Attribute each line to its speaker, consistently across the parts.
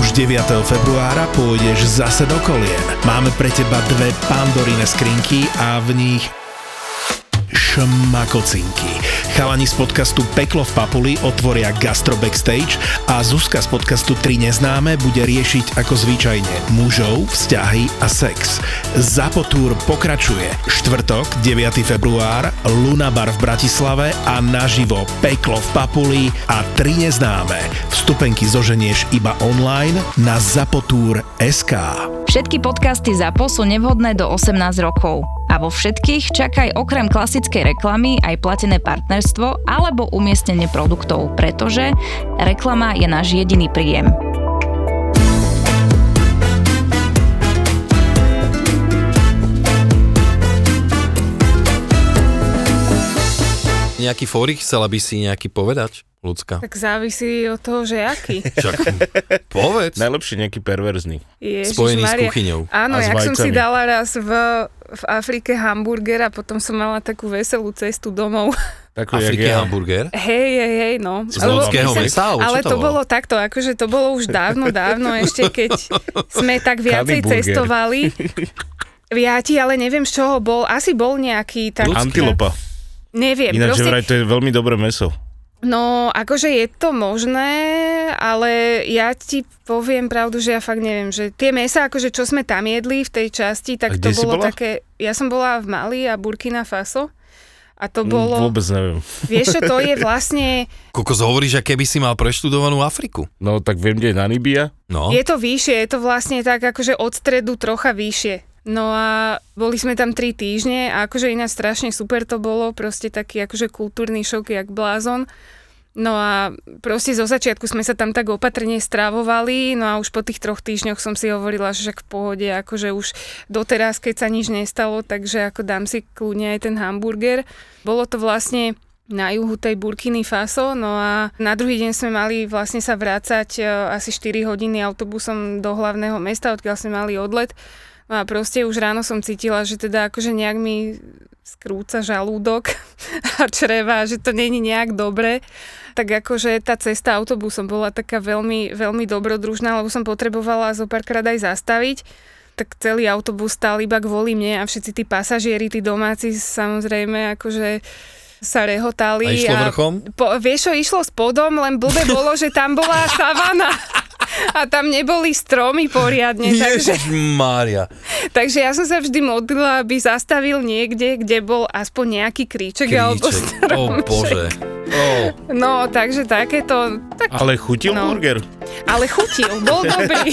Speaker 1: už 9. februára pôjdeš zase do kolien. Máme pre teba dve pandorine skrinky a v nich šmakocinky. Chalani z podcastu Peklo v Papuli otvoria Gastro Backstage a Zuzka z podcastu 3 neznáme bude riešiť ako zvyčajne mužov, vzťahy a sex. Zapotúr pokračuje. Štvrtok, 9. február, Luna Bar v Bratislave a naživo Peklo v Papuli a 3 neznáme. Vstupenky zoženieš iba online na zapotúr.sk.
Speaker 2: Všetky podcasty ZAPO sú nevhodné do 18 rokov. A vo všetkých čakaj okrem klasickej reklamy aj platené partnerstvo alebo umiestnenie produktov, pretože reklama je náš jediný príjem.
Speaker 3: Nejaký fórik chcela by si nejaký povedať, ľudská?
Speaker 4: Tak závisí od toho, že aký.
Speaker 3: Čak, povedz.
Speaker 5: Najlepšie nejaký perverzný.
Speaker 4: Ježiš
Speaker 3: Spojený s
Speaker 4: Maria.
Speaker 3: kuchyňou.
Speaker 4: Áno,
Speaker 5: a s
Speaker 4: ja som si
Speaker 5: vajcami.
Speaker 4: dala raz v, v Afrike hamburger a potom som mala takú veselú cestu domov.
Speaker 5: Takú, jak
Speaker 3: Afrike
Speaker 5: ja.
Speaker 3: hamburger?
Speaker 4: Hej, hej, hej, no.
Speaker 3: Z
Speaker 4: Lebo
Speaker 3: ľudského
Speaker 4: myslím-
Speaker 3: mesa, alebo čo
Speaker 4: Ale
Speaker 3: to
Speaker 4: to
Speaker 3: bolo?
Speaker 4: bolo takto, akože to bolo už dávno, dávno, ešte keď sme tak viacej
Speaker 5: Kadiburger.
Speaker 4: cestovali. Ja ti ale neviem, z čoho bol. Asi bol nejaký tak...
Speaker 5: Antilopa.
Speaker 4: Neviem,
Speaker 5: Ináč, že
Speaker 4: proste
Speaker 5: vraj to je veľmi dobré meso.
Speaker 4: No, akože je to možné, ale ja ti poviem pravdu, že ja fakt neviem, že tie mesa, akože čo sme tam jedli v tej časti,
Speaker 5: A
Speaker 4: tak to
Speaker 5: kde si
Speaker 4: bolo
Speaker 5: bola?
Speaker 4: také, ja som bola v Mali a Burkina Faso a to
Speaker 5: Mm,
Speaker 4: bolo,
Speaker 5: Vôbec neviem.
Speaker 4: vieš čo, to je vlastne,
Speaker 3: Kokos hovoríš, že keby si mal preštudovanú Afriku.
Speaker 5: No tak viem, kde je Namibia.
Speaker 3: No,
Speaker 4: je to vyššie, je to vlastne tak akože od stredu trocha vyššie. No a boli sme tam tri týždne a akože ináč strašne super to bolo, proste taký akože kultúrny šok jak blázon. No a proste zo začiatku sme sa tam tak opatrne stravovali, no a už po tých troch týždňoch som si hovorila, že však v pohode, akože už doteraz, keď sa nič nestalo, takže ako dám si kľudne aj ten hamburger. Bolo to vlastne na juhu tej Burkiny Faso, no a na druhý deň sme mali vlastne sa vrácať e, asi 4 hodiny autobusom do hlavného mesta, odkiaľ sme mali odlet. No a proste už ráno som cítila, že teda akože nejak mi skrúca žalúdok a čreva, že to není nejak dobre. Tak akože tá cesta autobusom bola taká veľmi, veľmi dobrodružná, lebo som potrebovala zo párkrát aj zastaviť. Tak celý autobus stál iba kvôli mne a všetci tí pasažieri, tí domáci samozrejme akože sa rehotali.
Speaker 3: A išlo vrchom?
Speaker 4: Po, vieš čo, išlo spodom, len blbe bolo, že tam bola savana a tam neboli stromy poriadne, takže
Speaker 3: Ježiš Mária.
Speaker 4: Takže ja som sa vždy modlila, aby zastavil niekde, kde bol aspoň nejaký kríček. Alebo...
Speaker 3: Kríček. O bože. O,
Speaker 4: No, takže takéto... Tak,
Speaker 5: Ale chutil
Speaker 4: No.
Speaker 5: burger.
Speaker 4: ale chutil, bol dobrý.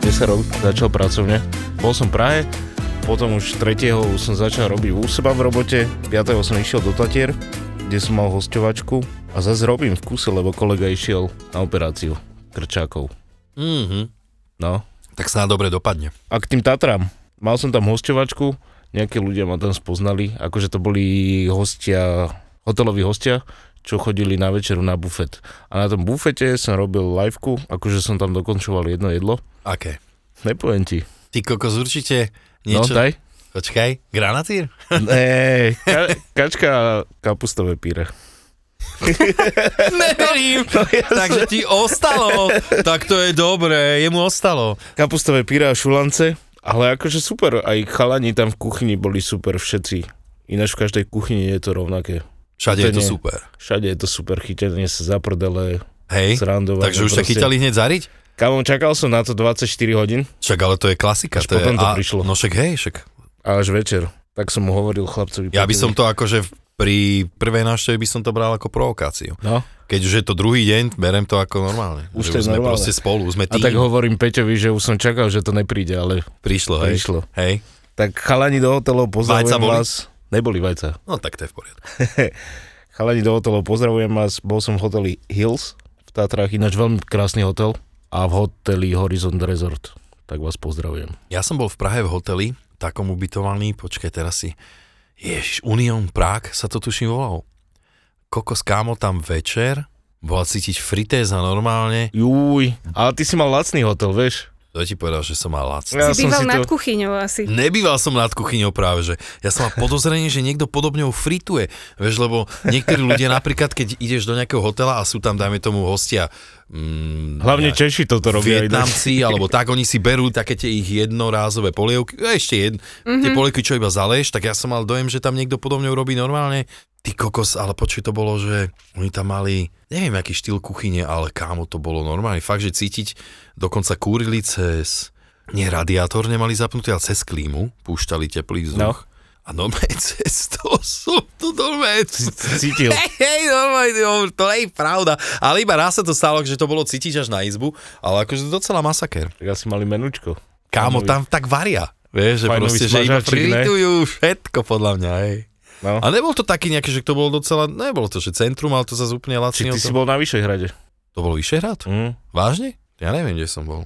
Speaker 5: Kde sa rok začal pracovne. Bol som v Prahe, potom už 3. už som začal robiť u seba v robote, 5. som išiel do Tatier, kde som mal hosťovačku a zase robím v kuse, lebo kolega išiel na operáciu krčákov.
Speaker 3: mhm.
Speaker 5: No.
Speaker 3: Tak sa na dobre dopadne.
Speaker 5: A k tým Tatram. Mal som tam hosťovačku, nejakí ľudia ma tam spoznali, akože to boli hostia, hoteloví hostia, čo chodili na večeru na bufet. A na tom bufete som robil liveku, akože som tam dokončoval jedno jedlo.
Speaker 3: Aké?
Speaker 5: Nepoviem ti.
Speaker 3: Ty kokos určite
Speaker 5: No,
Speaker 3: niečo...
Speaker 5: daj.
Speaker 3: Počkaj, granatír?
Speaker 5: Nee, ka- kačka a kapustové píre.
Speaker 3: Neverím. Takže ti ostalo. Tak to je dobré, jemu ostalo.
Speaker 5: Kapustové píre a šulance, ale akože super, aj chalani tam v kuchyni boli super všetci. Ináč v každej kuchyni je to rovnaké.
Speaker 3: Všade
Speaker 5: To
Speaker 3: je to
Speaker 5: nie.
Speaker 3: super.
Speaker 5: Všade je to super, chytenie sa za prdele,
Speaker 3: Hej,
Speaker 5: srandovanie.
Speaker 3: takže už sa
Speaker 5: proste.
Speaker 3: chytali hneď zariť?
Speaker 5: Kámo, čakal som na to 24 hodín,
Speaker 3: Však ale to je klasika.
Speaker 5: Až
Speaker 3: To je,
Speaker 5: potom to prišlo.
Speaker 3: No však hej, však.
Speaker 5: a až večer. Tak som mu hovoril chlapcovi.
Speaker 3: Ja by
Speaker 5: Petrovi.
Speaker 3: som to akože v- pri prvej návšteve by som to bral ako provokáciu.
Speaker 5: No.
Speaker 3: Keď už je to druhý deň, berem to ako normálne.
Speaker 5: Už
Speaker 3: Že
Speaker 5: to je
Speaker 3: sme
Speaker 5: normálne.
Speaker 3: proste spolu, už sme
Speaker 5: A
Speaker 3: tým.
Speaker 5: tak hovorím Peťovi, že už som čakal, že to nepríde, ale
Speaker 3: Prišlo, hej.
Speaker 5: prišlo.
Speaker 3: Hej.
Speaker 5: Tak chalani do hotelov,
Speaker 3: Vajca
Speaker 5: pozdravujem
Speaker 3: boli?
Speaker 5: vás. Neboli vajca.
Speaker 3: No tak to je v poriadku.
Speaker 5: Chalani do hotelov, pozdravujem vás. Bol som v hoteli Hills v Tatrách, ináč veľmi krásny hotel. A v hoteli Horizon Resort. Tak vás pozdravujem.
Speaker 3: Ja som bol v Prahe v hoteli,
Speaker 6: takom ubytovaný, počkaj, teraz si, ježiš, Union Prague sa to tuším volalo. Kokos kámo tam večer, bola cítiť fritéza normálne,
Speaker 5: Júj, ale ty si mal lacný hotel, vieš?
Speaker 6: to ti povedal, že som Mm. mal lacný.
Speaker 5: Ja
Speaker 4: si býval
Speaker 5: si
Speaker 4: nad
Speaker 5: to...
Speaker 4: kuchyňou asi.
Speaker 6: Nebýval som nad kuchyňou práve, že ja som mal podozrenie, že niekto podobne ju frituje. Vieš, lebo niektorí ľudia napríklad, keď ideš do nejakého hotela a sú tam, dajme tomu, hostia, mm,
Speaker 5: Hlavne
Speaker 6: ja-
Speaker 5: Češi toto robia. ináč.
Speaker 6: Vietnamci, alebo tak, oni si berú také tie ich jednorázové polievky, a ešte jedn, mm-hmm. tie polievky, čo iba zaleješ, tak ja som mal dojem, že tam niekto podobne urobí normálne. Ty kokos, ale počuj, to bolo, že oni tam mali, neviem, aký štýl kuchyne, ale kámo, to bolo normálne. Fakt, že cítiť, dokonca kúrili cez, nie radiátor nemali zapnutý, ale cez klímu, púšťali teplý vzduch. No. A normálne cez to som to normálne
Speaker 5: Cítil.
Speaker 6: Hej, hej, normálne, jo, to je pravda. Ale iba raz sa to stalo, že to bolo cítiť až na izbu, ale akože docela masaker.
Speaker 5: Tak asi mali menučko.
Speaker 6: Kámo, tam tak varia. Vieš, že
Speaker 5: Fajnový
Speaker 6: proste, že iba
Speaker 5: smažačik, ne?
Speaker 6: fritujú všetko, podľa mňa, hej.
Speaker 5: No.
Speaker 6: A nebol to taký nejaký, že to bolo docela, nebolo to, že centrum, ale to sa úplne
Speaker 5: Či
Speaker 6: lacne.
Speaker 5: ty si bol na Vyšehrade?
Speaker 6: To bol Vyšehrad?
Speaker 5: Mm.
Speaker 6: Vážne? Ja neviem, kde som bol.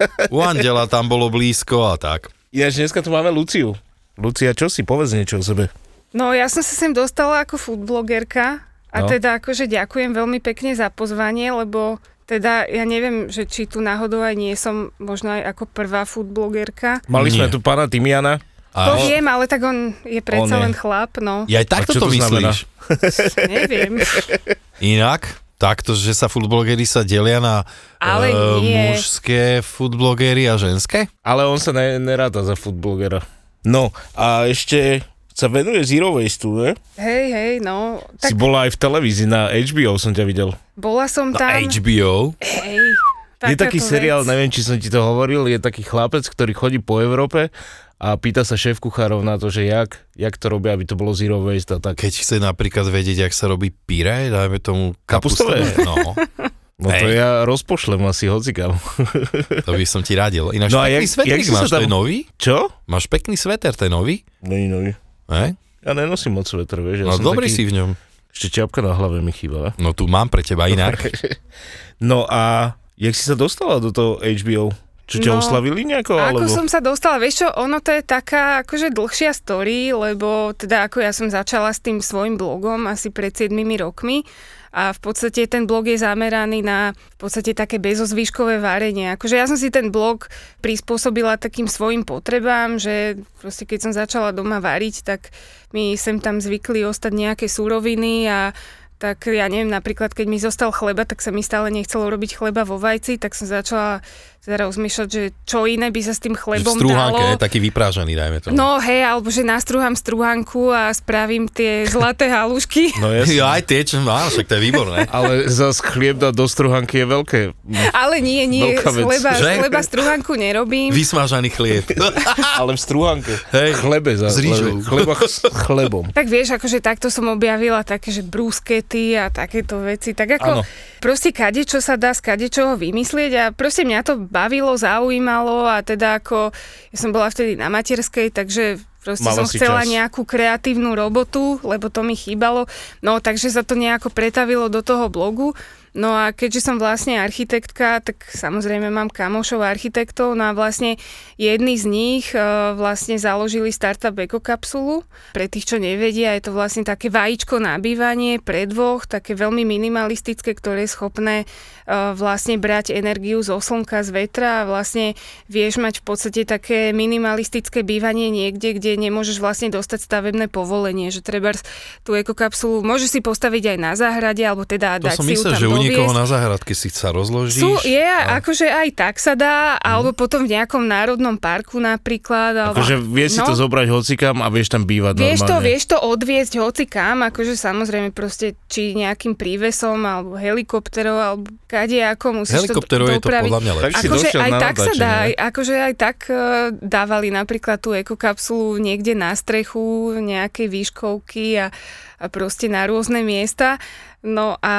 Speaker 6: U Andela tam bolo blízko a tak.
Speaker 5: Ináč dneska tu máme Luciu. Lucia, čo si? Povedz niečo o sebe.
Speaker 4: No ja som sa sem dostala ako foodblogerka a
Speaker 5: No.
Speaker 4: no. teda akože ďakujem veľmi pekne za pozvanie, lebo teda ja neviem, že či tu náhodou aj nie som možno aj ako prvá foodblogerka.
Speaker 5: Mali
Speaker 6: Nie.
Speaker 5: sme tu pána Timiana.
Speaker 4: To
Speaker 6: A
Speaker 4: viem, ale tak on je predsa
Speaker 5: On je.
Speaker 4: len chlap, no.
Speaker 6: ja aj takto
Speaker 5: A čo
Speaker 6: to
Speaker 5: to znamená?
Speaker 6: myslíš.
Speaker 4: Neviem.
Speaker 6: Inak, takto, že sa foodblogery sa delia na
Speaker 4: Ale
Speaker 6: eh,
Speaker 4: nie.
Speaker 6: mužské foodblogery a ženské?
Speaker 5: Ale on sa ne, neráta za foodblogera. No a ešte sa venuje Zero Waste, ne?
Speaker 4: Hej, hej, no.
Speaker 5: Si
Speaker 4: Tak
Speaker 5: bola aj v televízii, na HBO som ťa videl.
Speaker 4: bola som
Speaker 6: Na
Speaker 4: tam.
Speaker 6: HBO.
Speaker 4: Hej,
Speaker 5: je taký
Speaker 4: takáto
Speaker 5: seriál,
Speaker 4: vec.
Speaker 5: neviem, či som ti to hovoril, je taký chlapec, ktorý chodí po Európe a pýta sa šéf kuchárov na to, že jak, jak to robia, aby to bolo Zero Waste a tak.
Speaker 6: Keď chce napríklad vedieť, jak sa robí pyré, dajme tomu kapustové. No,
Speaker 5: No to
Speaker 6: Hej.
Speaker 5: ja rozpošlem asi hocikam.
Speaker 6: to by som ti radil. Ináč,
Speaker 5: No
Speaker 6: no
Speaker 5: a
Speaker 6: pekný
Speaker 5: jak-
Speaker 6: sveter
Speaker 5: jak si sa
Speaker 6: máš,
Speaker 5: tam-
Speaker 6: to je nový?
Speaker 5: Čo?
Speaker 6: Máš pekný sveter, to je nový?
Speaker 5: Není nový.
Speaker 6: Ne?
Speaker 5: Ja nenosím moc svetr, vieš.
Speaker 6: No
Speaker 5: Ja som
Speaker 6: dobrý si v
Speaker 5: taký,
Speaker 6: ňom.
Speaker 5: Ešte čiapka na hlave mi chýba.
Speaker 6: No tu mám pre teba inak.
Speaker 5: No a jak si sa dostala do toho HBO? Čo ťa
Speaker 4: No,
Speaker 5: oslavili nejako?
Speaker 4: Ako
Speaker 5: alebo?
Speaker 4: som sa dostala, vieš čo, ono to je taká akože dlhšia story, lebo teda ako ja som začala s tým svojim blogom asi pred 7 rokmi a v podstate ten blog je zameraný na v podstate také bezozvýškové varenie. Akože ja som si ten blog prispôsobila takým svojim potrebám, že proste keď som začala doma variť, tak mi sem tam zvykli ostať nejaké súroviny a tak ja neviem, napríklad keď mi zostal chleba, tak sa mi stále nechcelo robiť chleba vo vajci, tak som začala teda rozmýšľať, že čo iné by sa s
Speaker 6: Že
Speaker 4: tým
Speaker 6: v
Speaker 4: chlebom
Speaker 6: strúhanke, ne?
Speaker 4: dalo.
Speaker 6: taký vyprážaný, dajme tomu.
Speaker 4: No hej, alebo že nastruhám strúhanku a spravím tie zlaté halušky.
Speaker 5: No jasne.
Speaker 6: Ja aj tie, čo mám, však to je výborné.
Speaker 5: Ale zas chlieb dať do struhanky je veľké.
Speaker 4: Ale nie, nie, z
Speaker 5: Veľká vec,
Speaker 4: chleba,
Speaker 6: No,
Speaker 4: z
Speaker 6: že?
Speaker 4: chleba strúhanku nerobím.
Speaker 6: Vysmažaný chlieb.
Speaker 5: Ale v struhanke.
Speaker 6: Hej.
Speaker 5: Chlebe za
Speaker 6: S rýžou.
Speaker 5: Chleba s chlebom.
Speaker 4: Tak vieš, akože takto som objavila také, že bruskety a takéto veci. Tak ako
Speaker 5: Áno.
Speaker 4: proste kade, čo sa dá z kade čoho vymyslieť a proste mňa to bavilo, zaujímalo a teda ako, ja som bola vtedy na materskej, takže proste
Speaker 5: Mala
Speaker 4: som
Speaker 5: si
Speaker 4: chcela
Speaker 5: čas.
Speaker 4: nejakú kreatívnu robotu, lebo to mi chýbalo. No takže sa to nejako pretavilo do toho blogu. No a keďže som vlastne architektka, tak samozrejme mám kamošov architektov, no a vlastne jedný z nich e, vlastne založili startup ekokapsulu. Pre tých, čo nevedia, je to vlastne také vajíčko na bývanie pre dvoch, také veľmi minimalistické, ktoré je schopné e, vlastne brať energiu zo slnka, z vetra a vlastne vieš mať v podstate také minimalistické bývanie niekde, kde nemôžeš vlastne dostať stavebné povolenie, že treba tú ekokapsulu môžeš si postaviť aj na záhrade, alebo teda
Speaker 6: To
Speaker 4: dať
Speaker 6: som
Speaker 4: si ju
Speaker 6: myslel,
Speaker 4: tam
Speaker 6: že u niekoho
Speaker 4: doviesť.
Speaker 6: na záhradke si sa rozložíš.
Speaker 4: Sú, je, akože aj tak sa dá, alebo
Speaker 6: Mhm.
Speaker 4: potom v nejakom národnom parku napríklad. Alebo,
Speaker 5: Akože vieš si to zobrať hocikam a vieš tam bývať
Speaker 4: No. Vieš to,
Speaker 5: normálne.
Speaker 4: vieš to odviezť hoci kam, akože samozrejme proste či nejakým prívesom, alebo helikopterou, alebo kade ako musíš
Speaker 6: Helikopterov
Speaker 4: to
Speaker 6: je to
Speaker 4: dopraviť.
Speaker 6: podľa mňa
Speaker 5: Tak
Speaker 6: lepšie.
Speaker 5: si
Speaker 4: Akože
Speaker 5: došiel
Speaker 4: aj
Speaker 5: na
Speaker 4: tak sa
Speaker 5: nadačenie,
Speaker 4: dá,
Speaker 5: ne?
Speaker 4: aj, akože aj tak e, dávali napríklad tú ekokapsulu niekde na strechu nejakej výškovky a, a proste na rôzne miesta. No a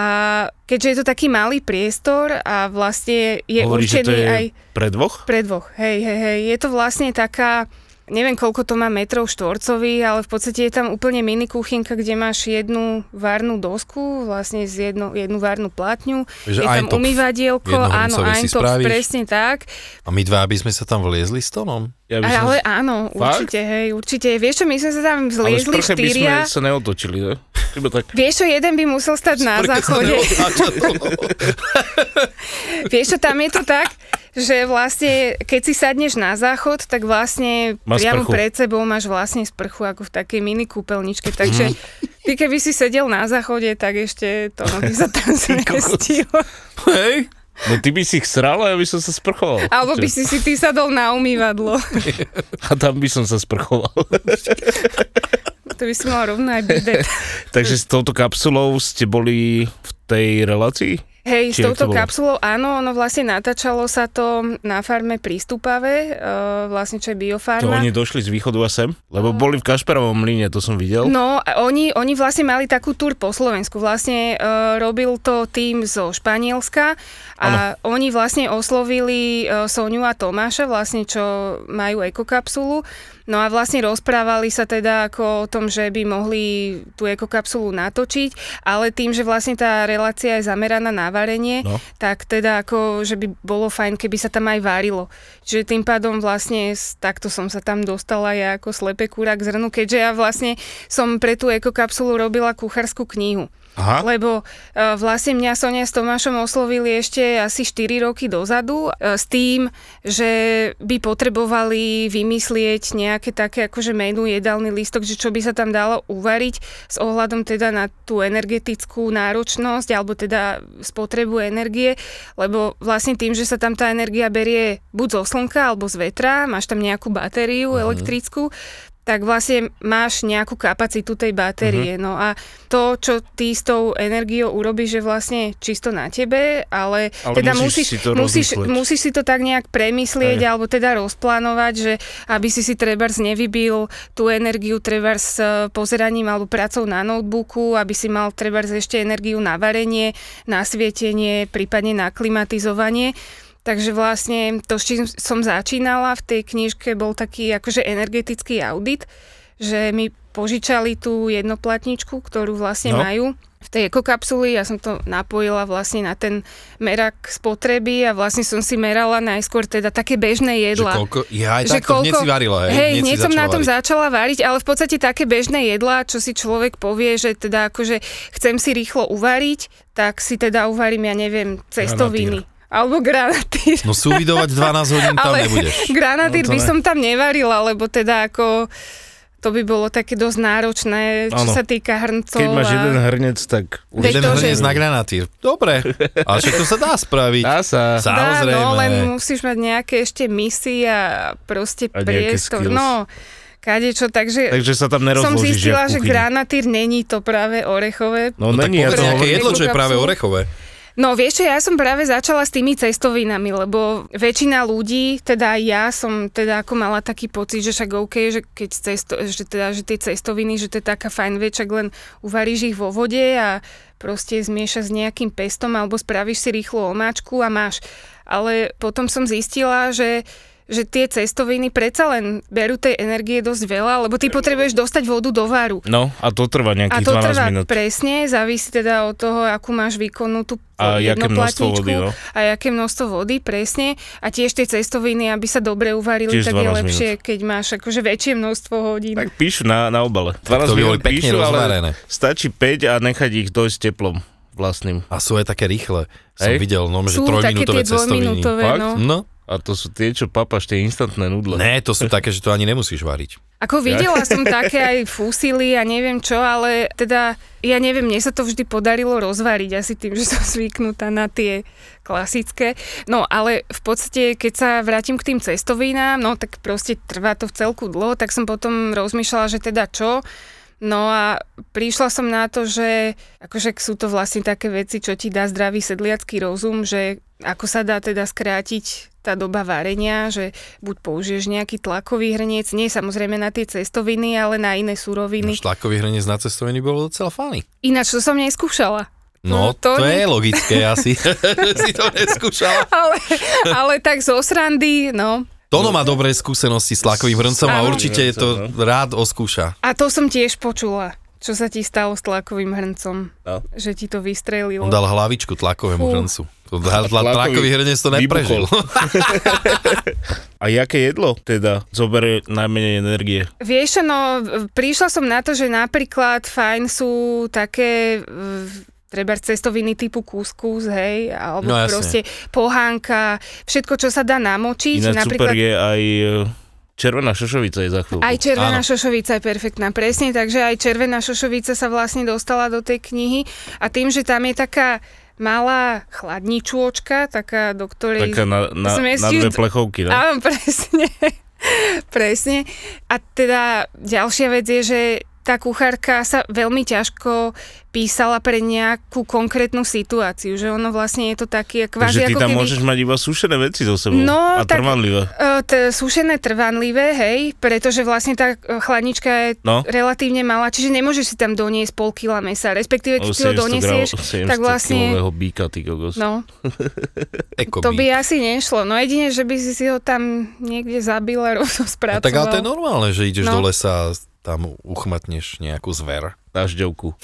Speaker 4: keďže je to taký malý priestor a vlastne je
Speaker 5: Hovoríš,
Speaker 4: určený
Speaker 5: že to je
Speaker 4: aj...
Speaker 5: pre dvoch?
Speaker 4: Pre dvoch, hej, hej, hej. Je to vlastne taká neviem koľko to má metrov štvorcový, ale v podstate je tam úplne mini kuchynka, kde máš jednu várnu dosku, vlastne z jednu, jednu várnu platňu,
Speaker 6: Že
Speaker 4: je tam
Speaker 6: Eintopf.
Speaker 4: umývadielko,
Speaker 6: Jednohorúcové
Speaker 4: áno,
Speaker 6: si
Speaker 4: Eintopf,
Speaker 6: spravíš.
Speaker 4: presne tak.
Speaker 6: A my dva, aby sme sa tam vliezli s tonom.
Speaker 5: Ja by som,
Speaker 4: Ale áno,
Speaker 5: Fakt?
Speaker 4: určite, hej, určite. Vieš čo, my sme sa tam
Speaker 5: ale
Speaker 4: zliezli
Speaker 5: šprche by sme
Speaker 4: štyria.
Speaker 5: sa neotočili, ne? Iba tak.
Speaker 4: Vieš čo, jeden by musel stať na
Speaker 6: Prečo sa
Speaker 4: záchode.
Speaker 6: neotáča to?
Speaker 4: Vieš čo, tam je to tak, že vlastne, keď si sadneš na záchod, tak vlastne
Speaker 5: Má
Speaker 4: priamo
Speaker 5: sprchu.
Speaker 4: pred sebou máš vlastne sprchu ako v takej mini kúpeľničke,
Speaker 5: Mhm.
Speaker 4: takže ty keby si sedel na záchode, tak ešte to by sa tam zmestilo.
Speaker 6: Hej,
Speaker 5: No ty by si ich sral a ja by som sa sprchoval.
Speaker 4: Alebo by si si ty sadol na umývadlo.
Speaker 5: A tam by som sa sprchoval.
Speaker 4: To by si mal rovno aj bidet.
Speaker 5: Takže s touto kapsulou ste boli v tej relácii?
Speaker 4: Hej, s
Speaker 5: Či jak to
Speaker 4: touto
Speaker 5: bolo?
Speaker 4: kapsulou, áno, ono vlastne natáčalo sa to na farme Prístupave, uh, vlastne čo je
Speaker 5: To
Speaker 4: biofarma.
Speaker 5: oni došli z východu a sem? Lebo boli v Kašperovom mlyne, to som videl.
Speaker 4: No, a oni, oni vlastne mali takú túr po Slovensku. Vlastne uh, robil to tým zo Španielska a oni vlastne oslovili uh, Soniu a Tomáša, vlastne čo majú ekokapsulu. No a vlastne rozprávali sa teda ako o tom, že by mohli tú ekokapsulu natočiť, ale tým, že vlastne tá relácia je zameraná na varenie,
Speaker 5: No.
Speaker 4: tak teda ako, že by bolo fajn, keby sa tam aj varilo. Čiže tým pádom vlastne s- takto som sa tam dostala ja ako slepe kúra k zrnu, keďže ja vlastne som pre tú ekokapsulu robila kuchárskú knihu.
Speaker 6: Aha.
Speaker 4: Lebo e, vlastne mňa Sonia s Tomášom oslovili ešte asi 4 roky dozadu e, s tým, že by potrebovali vymyslieť nejaké také akože menu, jedálny lístok, že čo by sa tam dalo uvariť s ohľadom teda na tú energetickú náročnosť alebo teda spotrebu energie, lebo vlastne tým, že sa tam tá energia berie buď zo slnka alebo z vetra, máš tam nejakú batériu elektrickú, tak vlastne máš nejakú kapacitu tej
Speaker 5: Mhm.
Speaker 4: batérie. No a to, čo ty s tou energiou urobíš, je vlastne čisto na tebe, ale,
Speaker 5: Ale
Speaker 4: teda
Speaker 5: musíš
Speaker 4: musíš,
Speaker 5: si to
Speaker 4: musíš,
Speaker 5: rozmyslieť.
Speaker 4: musíš si to tak nejak premyslieť
Speaker 5: Hej.
Speaker 4: alebo teda rozplánovať, že aby si si trebárs nevybil tú energiu trebárs s pozeraním alebo prácou na notebooku, aby si mal trebárs ešte energiu na varenie, na svietenie, prípadne na klimatizovanie. Takže vlastne to, s čím som začínala v tej knižke, bol taký akože energetický audit, že mi požičali tú jednoplatničku, ktorú vlastne no.
Speaker 5: No.
Speaker 4: majú v tej ekokapsuli. Ja som to napojila vlastne na ten merak spotreby a vlastne som si merala najskôr teda také
Speaker 6: Že
Speaker 4: bežné jedla.
Speaker 6: koľko, ja aj takto hneď si varila, hej.
Speaker 4: Hej,
Speaker 6: hneď si
Speaker 4: hneď som
Speaker 6: začala
Speaker 4: na tom
Speaker 6: variť.
Speaker 4: začala variť, ale v podstate také bežné jedlá, čo si človek povie, že teda akože chcem si rýchlo uvariť, tak si teda uvarím, ja neviem, cestoviny. Alebo granatír.
Speaker 6: No súvidovať 12 hodín tam
Speaker 4: Ale
Speaker 6: nebudeš.
Speaker 4: granatír
Speaker 5: No to
Speaker 4: by
Speaker 5: ne.
Speaker 4: som tam nevarila, lebo teda ako to by bolo také dosť náročné, čo
Speaker 5: Áno.
Speaker 4: sa týka hrncov.
Speaker 5: Keď máš
Speaker 4: a-
Speaker 5: jeden hrnec, tak...
Speaker 4: Veď
Speaker 6: Jeden
Speaker 4: to, že-
Speaker 6: hrniec na granatír. Dobre, ale však to sa dá spraviť.
Speaker 5: Dá
Speaker 4: Dá,
Speaker 5: sa.
Speaker 6: Samozrejme.
Speaker 4: no len musíš mať nejaké ešte misie a proste
Speaker 5: A nejaké
Speaker 4: priestor.
Speaker 5: skills.
Speaker 4: No, kadečo, takže
Speaker 5: Takže sa tam
Speaker 4: som
Speaker 5: nerozložíš.
Speaker 4: zistila,
Speaker 5: jak v
Speaker 4: že
Speaker 5: kuchyni.
Speaker 4: granatír není to práve orechové.
Speaker 5: No,
Speaker 6: No tak
Speaker 5: není, ja
Speaker 6: povedz
Speaker 5: to
Speaker 6: nejaké
Speaker 5: hovorím.
Speaker 6: jedlo, čo je práve
Speaker 4: Kapsul.
Speaker 6: orechové.
Speaker 4: No vieš čo, ja som práve začala s tými cestovinami, lebo väčšina ľudí, teda aj ja som teda ako mala taký pocit, že však OK, že keď cesto, že teda, že tie cestoviny, že to je taká fajn vec, však len uvaríš ich vo vode a proste zmiešaš s nejakým pestom alebo spravíš si rýchlo omáčku a máš. Ale potom som zistila, že že tie cestoviny predsa len berú tej energie dosť veľa, lebo ty potrebuješ dostať vodu do varu.
Speaker 5: No, a to trvá
Speaker 4: A
Speaker 5: nejakých
Speaker 4: to
Speaker 5: 12
Speaker 4: trvá
Speaker 5: minút.
Speaker 4: presne, závisí teda od toho, akú máš výkonnú tú
Speaker 5: A jaké
Speaker 4: jednu
Speaker 5: množstvo vody,
Speaker 4: platničku
Speaker 5: no.
Speaker 4: A jaké množstvo vody, presne. A tiež tie cestoviny, aby sa dobre uvarili,
Speaker 5: Tiež
Speaker 4: tak je
Speaker 5: 12
Speaker 4: lepšie, keď máš akože väčšie množstvo hodín.
Speaker 5: Tak píšu na, na obale.
Speaker 6: to
Speaker 5: 12
Speaker 6: by
Speaker 5: minút
Speaker 6: boli pekne
Speaker 5: píšu,
Speaker 6: rozvarené.
Speaker 5: ale stačí 5 a nechať ich dojsť teplom vlastným.
Speaker 6: A sú aj také rýchle. Som
Speaker 5: Hej.
Speaker 6: videl, no, že
Speaker 4: Sú také tie
Speaker 6: trojminútové cestoviny.
Speaker 4: dvojminútové,
Speaker 5: Fakt?
Speaker 4: no.
Speaker 6: No,
Speaker 5: A to sú tie, čo papáš, tie instantné nudle.
Speaker 6: ne, to sú také, že to ani nemusíš variť.
Speaker 4: Ako videla som také aj fúsily a neviem čo, ale teda ja neviem, mne sa to vždy podarilo rozvariť asi tým, že som zvyknutá na tie klasické. No ale v podstate, keď sa vrátim k tým cestovinám, no tak proste trvá to v celku dlho, tak som potom rozmýšľala, že teda čo. No a prišla som na to, že akože sú to vlastne také veci, čo ti dá zdravý sedliacký rozum, že ako sa dá teda skrátiť tá doba varenia, že buď použiješ nejaký tlakový hrniec, nie samozrejme na tie cestoviny, ale na iné
Speaker 6: No,
Speaker 4: suroviny.
Speaker 6: šlakový hrniec na cestoviny bolo docela fany.
Speaker 4: Ináč to som neskúšala.
Speaker 6: No,
Speaker 4: No,
Speaker 6: to,
Speaker 4: to nie-
Speaker 6: je logické asi. si to neskúšala.
Speaker 4: Ale, ale tak zo srandy, no.
Speaker 6: Tono má dobré skúsenosti s tlakovým hrncom a
Speaker 4: Áno.
Speaker 6: určite to
Speaker 5: no.
Speaker 6: rád oskúša.
Speaker 4: A to som tiež počula, čo sa ti stalo s tlakovým hrncom.
Speaker 5: No.
Speaker 4: Že ti to
Speaker 6: On
Speaker 4: vystrelilo.
Speaker 6: dal hlavičku tlakovému
Speaker 4: Fú.
Speaker 6: hrncu. To dá-
Speaker 5: A tlakový
Speaker 6: tla- Tlakový hrnec to neprežil.
Speaker 5: A jaké jedlo teda zoberie najmenej energie?
Speaker 4: Vieš, no, v- prišla som na to, že napríklad fajn sú také e, treba cestoviny typu kuskus, hej, alebo
Speaker 6: No, jasne.
Speaker 4: proste pohánka, všetko, čo sa dá namočiť.
Speaker 5: Ináč super
Speaker 4: napríklad
Speaker 5: je aj e, červená šošovica je za chvíľu.
Speaker 4: Aj červená
Speaker 6: Áno.
Speaker 4: šošovica je perfektná, presne, takže aj červená šošovica sa vlastne dostala do tej knihy a tým, že tam je taká malá chladničôčka, taká, do ktorej...
Speaker 5: Taká na, na, na
Speaker 4: Zmestíš-
Speaker 5: dve plechovky, no?
Speaker 4: Áno, presne. presne. A teda ďalšia vec je, že tá kuchárka sa veľmi ťažko písala pre nejakú konkrétnu situáciu, že ono vlastne je to taký
Speaker 5: Takže
Speaker 4: kvázi
Speaker 5: ty
Speaker 4: ako
Speaker 5: tam
Speaker 4: keby...
Speaker 5: môžeš mať iba sušené veci so sebou.
Speaker 4: No,
Speaker 5: a
Speaker 4: tak-
Speaker 5: trvanlivé.
Speaker 4: E, T- sušené trvanlivé, hej, pretože vlastne tá e, chladnička je
Speaker 5: No.
Speaker 4: relatívne malá, čiže nemôžeš si tam doniesť pol kila mesa, respektíve keď si ho donesieš, tak vlastne...
Speaker 5: bíka, ty kokos.
Speaker 4: No,
Speaker 6: Eko
Speaker 4: to
Speaker 6: by.
Speaker 4: by asi nešlo. No jedine, že by si si ho tam niekde zabil a rovno
Speaker 6: No, tak ale to je
Speaker 4: spracoval.
Speaker 6: normálne, že ideš
Speaker 4: No.
Speaker 6: do lesa a tam uchmatneš nejakú zver.
Speaker 5: Dažďovku.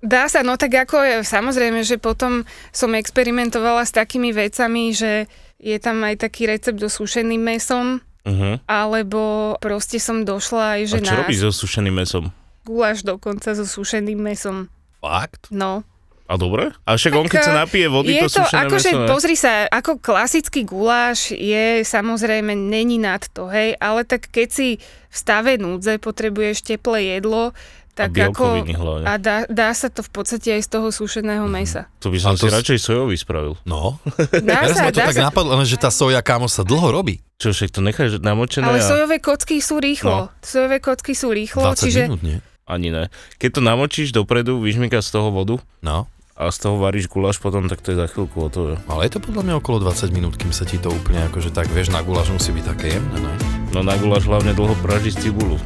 Speaker 4: Dá sa, no tak ako je, samozrejme, že potom som experimentovala s takými vecami, že je tam aj taký recept so sušeným mesom,
Speaker 5: Uh-huh.
Speaker 4: alebo proste som došla aj,
Speaker 5: A
Speaker 4: že
Speaker 5: čo
Speaker 4: na
Speaker 5: robíš so sušeným mesom?
Speaker 4: guláš dokonca so sušeným mesom.
Speaker 6: Fakt?
Speaker 4: No.
Speaker 5: A dobre? A však on,
Speaker 4: Tak,
Speaker 5: keď sa
Speaker 4: eh,
Speaker 5: napije vody,
Speaker 4: je
Speaker 5: to sušené
Speaker 4: akože,
Speaker 5: meso... ne?
Speaker 4: pozri sa, ako klasický guláš je samozrejme, není nad to, hej, ale tak keď si v stave núdze potrebuješ teplé jedlo, tak ako...
Speaker 5: bielkoviny hlavne.
Speaker 4: A dá, dá sa to v podstate aj z toho sušeného
Speaker 5: Mhm.
Speaker 4: mesa.
Speaker 5: To by
Speaker 6: A
Speaker 5: som si
Speaker 6: to s-
Speaker 5: radšej sojový spravil.
Speaker 6: No.
Speaker 4: Dá
Speaker 6: Teraz
Speaker 4: sa,
Speaker 6: ma to
Speaker 4: dá
Speaker 6: tak
Speaker 4: sa.
Speaker 6: napadlo, že tá soja kámo sa dlho robí.
Speaker 5: Čo však to necháš namočené
Speaker 4: Ale
Speaker 5: a
Speaker 4: sojové kocky sú rýchlo. Sojové kocky sú rýchlo,
Speaker 6: 20
Speaker 4: čiže...
Speaker 6: minút, nie?
Speaker 5: ani ne. Keď to namočíš dopredu, vyžmykáš z toho vodu
Speaker 6: No.
Speaker 5: a z toho varíš guláš potom, tak to je za chvíľku hotové.
Speaker 6: Ale je to podľa mňa okolo 20 minút, kým sa ti to úplne akože tak, vieš, na guláš musí byť také jemné, ne?
Speaker 5: No na guláš hlavne dlho pražíš cibulu.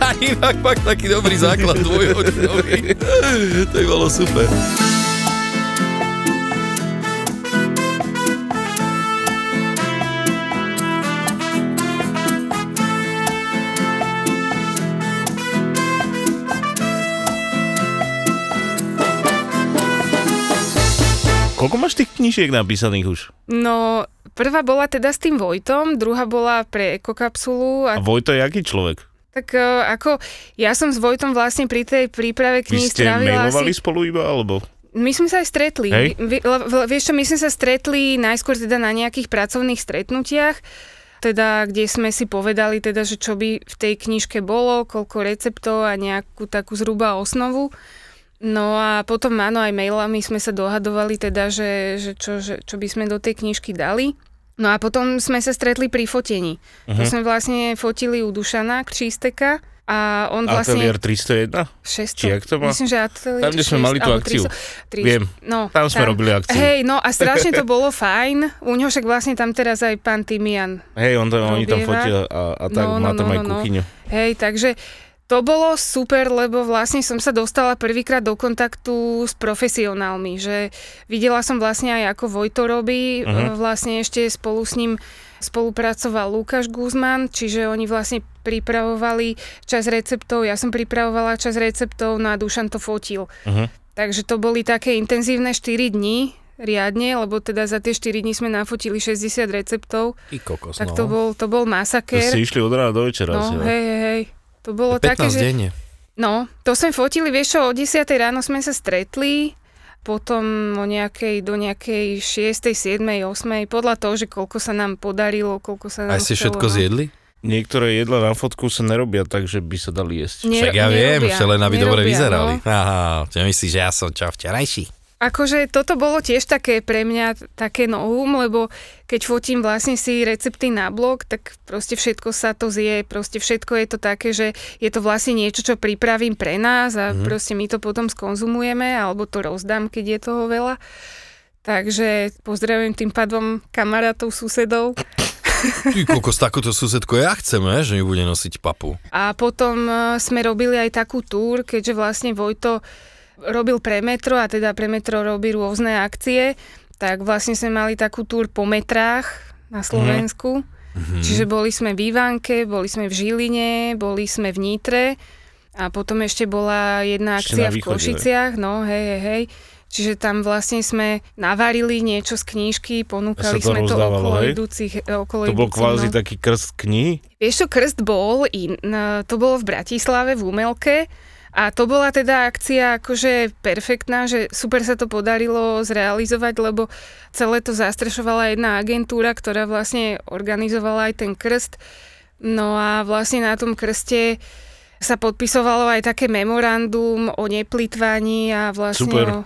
Speaker 6: A inak pak taký dobrý základ dvojhodinový. to by bolo super.
Speaker 5: Koľko máš tých knižiek napísaných už?
Speaker 4: No, prvá bola teda s tým Vojtom, druhá bola pre ekokapsulu a
Speaker 5: A Vojto je aký človek?
Speaker 4: Tak e, ako, ja som s Vojtom vlastne pri tej príprave
Speaker 5: Vy
Speaker 4: knihy
Speaker 5: ste
Speaker 4: strávila
Speaker 5: mailovali
Speaker 4: asi...
Speaker 5: spolu iba, alebo?
Speaker 4: My sme sa aj stretli.
Speaker 5: Hej.
Speaker 4: Vy, le- le- vieš čo, my sme sa stretli najskôr teda na nejakých pracovných stretnutiach, teda kde sme si povedali teda, že čo by v tej knižke bolo, koľko receptov a nejakú takú zhruba osnovu. No a potom áno, aj mailami sme sa dohadovali teda, že, že, čo, že čo by sme do tej knižky dali. No a potom sme sa stretli pri fotení.
Speaker 5: Mhm.
Speaker 4: Uh-huh. To sme vlastne fotili u Dušana Křísteka a on vlastne...
Speaker 5: Atelier 301?
Speaker 4: 600,
Speaker 5: Či jak to má?
Speaker 4: Myslím, že ateliér
Speaker 5: Tam, kde sme
Speaker 4: 600,
Speaker 5: mali tú
Speaker 4: alebo
Speaker 5: akciu.
Speaker 4: 300, 300,
Speaker 5: Viem.
Speaker 4: No,
Speaker 5: Tam sme robili akciu.
Speaker 4: Hej, no a strašne to bolo fajn. U ňoho však vlastne tam teraz aj pán Timian.
Speaker 5: Hej, on tam, oni tam
Speaker 4: Robieva.
Speaker 5: fotia a, a tak
Speaker 4: No, no,
Speaker 5: má tam
Speaker 4: no,
Speaker 5: aj
Speaker 4: no, no.
Speaker 5: kuchyňu.
Speaker 4: Hej, takže to bolo super, lebo vlastne som sa dostala prvýkrát do kontaktu s profesionálmi, že videla som vlastne aj ako Vojto robí,
Speaker 5: Mhm.
Speaker 4: uh-huh. vlastne ešte spolu s ním spolupracoval Lukáš Guzman, čiže oni vlastne pripravovali čas receptov, ja som pripravovala čas receptov, no a Dušan to fotil.
Speaker 5: Mhm.
Speaker 4: Takže to boli také intenzívne 4 dní riadne, lebo teda za tie 4 dní sme nafotili 60 receptov,
Speaker 6: I kokos, no.
Speaker 4: tak to bol, to bol
Speaker 5: To
Speaker 4: masaker.
Speaker 5: ste išli od rána do večera. asi,
Speaker 4: No,
Speaker 5: no.
Speaker 4: hej, hej, hej. To bolo
Speaker 6: 15
Speaker 4: také, že...
Speaker 6: denne.
Speaker 4: No, to sme fotili, vieš čo, o 10 ráno sme sa stretli, potom o nejakej, do nejakej 6, 7, 8, podľa toho, že koľko sa nám podarilo, koľko sa nám
Speaker 6: Aj ste
Speaker 4: chcelo,
Speaker 6: všetko
Speaker 4: no.
Speaker 6: zjedli?
Speaker 5: Niektoré jedla na fotku sa nerobia tak, že by sa dali jesť.
Speaker 4: Nie-
Speaker 6: Však ja viem,
Speaker 4: nerobia,
Speaker 6: ešte len aby dobre
Speaker 4: nerobia,
Speaker 6: vyzerali.
Speaker 4: No.
Speaker 6: Aha, čo myslíš, že ja som čo včerajší?
Speaker 4: Akože toto bolo tiež také pre mňa t- také novum, lebo keď fotím vlastne si recepty na blog, tak proste všetko sa to zje, proste všetko je to také, že je to vlastne niečo, čo pripravím pre nás a mm. proste my to potom skonzumujeme alebo to rozdám, keď je toho veľa. Takže pozdravujem tým pádom kamarátov, susedov.
Speaker 6: Ty kokos, takúto susedku ja chcem, ne? že mi bude nosiť papu.
Speaker 4: A potom e, sme robili aj takú túr, keďže vlastne Vojto robil pre metro a teda pre metro robí
Speaker 5: Mhm.
Speaker 4: rôzne akcie, tak vlastne sme mali takú túr po metrách na Slovensku. Mm. Čiže boli sme v Ivánke, boli sme v Žiline, boli sme v Nitre a potom ešte bola jedna
Speaker 5: Ešte
Speaker 4: akcia
Speaker 5: na
Speaker 4: v
Speaker 5: východe, ne?
Speaker 4: Košiciach, no hej, hej, hej. Čiže tam vlastne sme navarili niečo z knížky, ponúkali
Speaker 5: to
Speaker 4: sme to
Speaker 5: rozdávalo,
Speaker 4: okolo
Speaker 5: hej?
Speaker 4: idúcich, e, okolo
Speaker 5: To bol
Speaker 4: idúcim,
Speaker 5: kvázi
Speaker 4: no.
Speaker 5: taký krst kníh.
Speaker 4: Vieš čo, krst bol, in, na- to bolo v Bratislave, v Umelke a to bola teda akcia akože perfektná, že super sa to podarilo zrealizovať, lebo celé to zastrešovala jedna agentúra, ktorá vlastne organizovala aj ten krst. No a vlastne na tom krste sa podpisovalo aj také memorandum o neplitvaní a vlastne
Speaker 5: Super.
Speaker 4: o,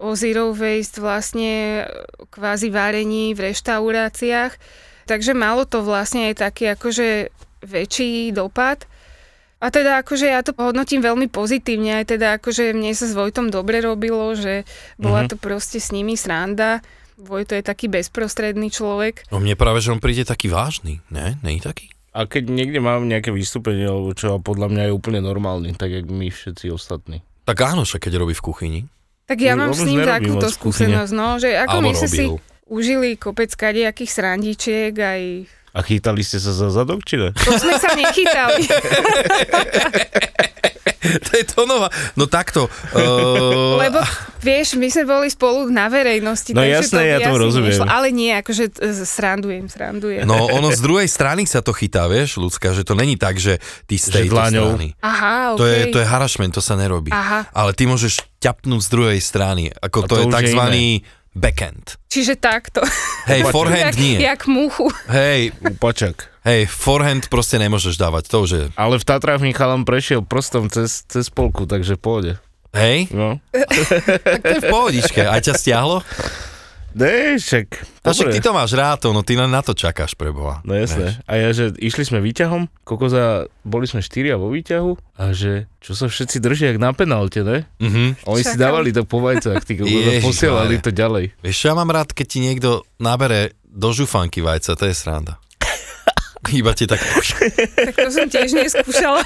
Speaker 4: o zero waste, vlastne kvázi varení v reštauráciách. Takže malo to vlastne aj taký akože väčší dopad. A teda akože ja to hodnotím veľmi pozitívne, aj teda akože mne sa s Vojtom dobre robilo, že
Speaker 5: Mhm.
Speaker 4: bola to proste s nimi sranda. Vojto je taký bezprostredný človek.
Speaker 6: No mne práve, že on príde taký vážny, ne? Není taký?
Speaker 5: A keď niekde mám nejaké vystúpenie, alebo čo, a podľa mňa je úplne normálny, tak jak my všetci ostatní.
Speaker 6: Tak áno, však keď robí v kuchyni.
Speaker 4: Tak ja
Speaker 5: No,
Speaker 4: mám
Speaker 5: on
Speaker 4: s
Speaker 5: už
Speaker 4: ním
Speaker 5: nerobí
Speaker 4: takúto
Speaker 5: moc v kuchyne.
Speaker 4: skúsenosť, no, že ako my
Speaker 6: Alebo
Speaker 4: sme si
Speaker 6: robil.
Speaker 4: užili kopec kadejakých srandičiek, aj
Speaker 5: A chytali ste sa za zadok, či ne?
Speaker 4: to sme sa nechytali.
Speaker 6: to je to nová. No takto. Uh,
Speaker 4: Lebo vieš, my sme boli spolu na verejnosti.
Speaker 5: No
Speaker 4: takže
Speaker 5: jasné,
Speaker 4: by
Speaker 5: ja tomu
Speaker 4: asi
Speaker 5: rozumiem.
Speaker 4: nešlo. Ale nie, akože t- srandujem, srandujem.
Speaker 6: No ono z druhej strany sa to chytá, vieš, ľudská, že to není tak, že ty z
Speaker 5: Že
Speaker 6: tejto
Speaker 5: dlaňou.
Speaker 6: strany.
Speaker 4: Aha,
Speaker 6: To je,
Speaker 4: okej.
Speaker 6: to je harašment, to sa nerobí.
Speaker 4: Aha.
Speaker 6: Ale ty môžeš ťapnúť z druhej strany. Ako
Speaker 5: A
Speaker 6: to,
Speaker 5: to
Speaker 6: je
Speaker 5: už je
Speaker 6: tzv. backend.
Speaker 4: Čiže takto.
Speaker 6: Hej,
Speaker 5: Opačne.
Speaker 6: forehand
Speaker 4: jak,
Speaker 6: nie.
Speaker 4: jak muchu.
Speaker 6: Hej,
Speaker 5: Upačak.
Speaker 6: hej, forehand proste nemôžeš dávať. To už je,
Speaker 5: Ale v Tatrách mi chalan prešiel prstom cez, cez polku, takže pôjde.
Speaker 6: hej,
Speaker 5: No.
Speaker 6: tak to je v pohodičke. Aj ťa stiahlo?
Speaker 5: Ne, však.
Speaker 6: A však ty
Speaker 5: Dobre.
Speaker 6: to máš rád, no ty len na to čakáš pre Boha.
Speaker 5: No jasné. A ja, že išli sme výťahom, kokoza, boli sme štyria vo výťahu a že čo sa všetci držia, jak na penalte, ne?
Speaker 6: Mhm.
Speaker 5: Oni
Speaker 4: Čakám.
Speaker 5: si dávali to po vajcách, ty kokoza,
Speaker 6: Ježišmarja.
Speaker 5: posielali to ďalej.
Speaker 6: Vieš, čo ja mám rád, keď ti niekto nabere do žufanky vajca, to je sranda. Iba ti tak...
Speaker 4: Tak to som tiež neskúšala.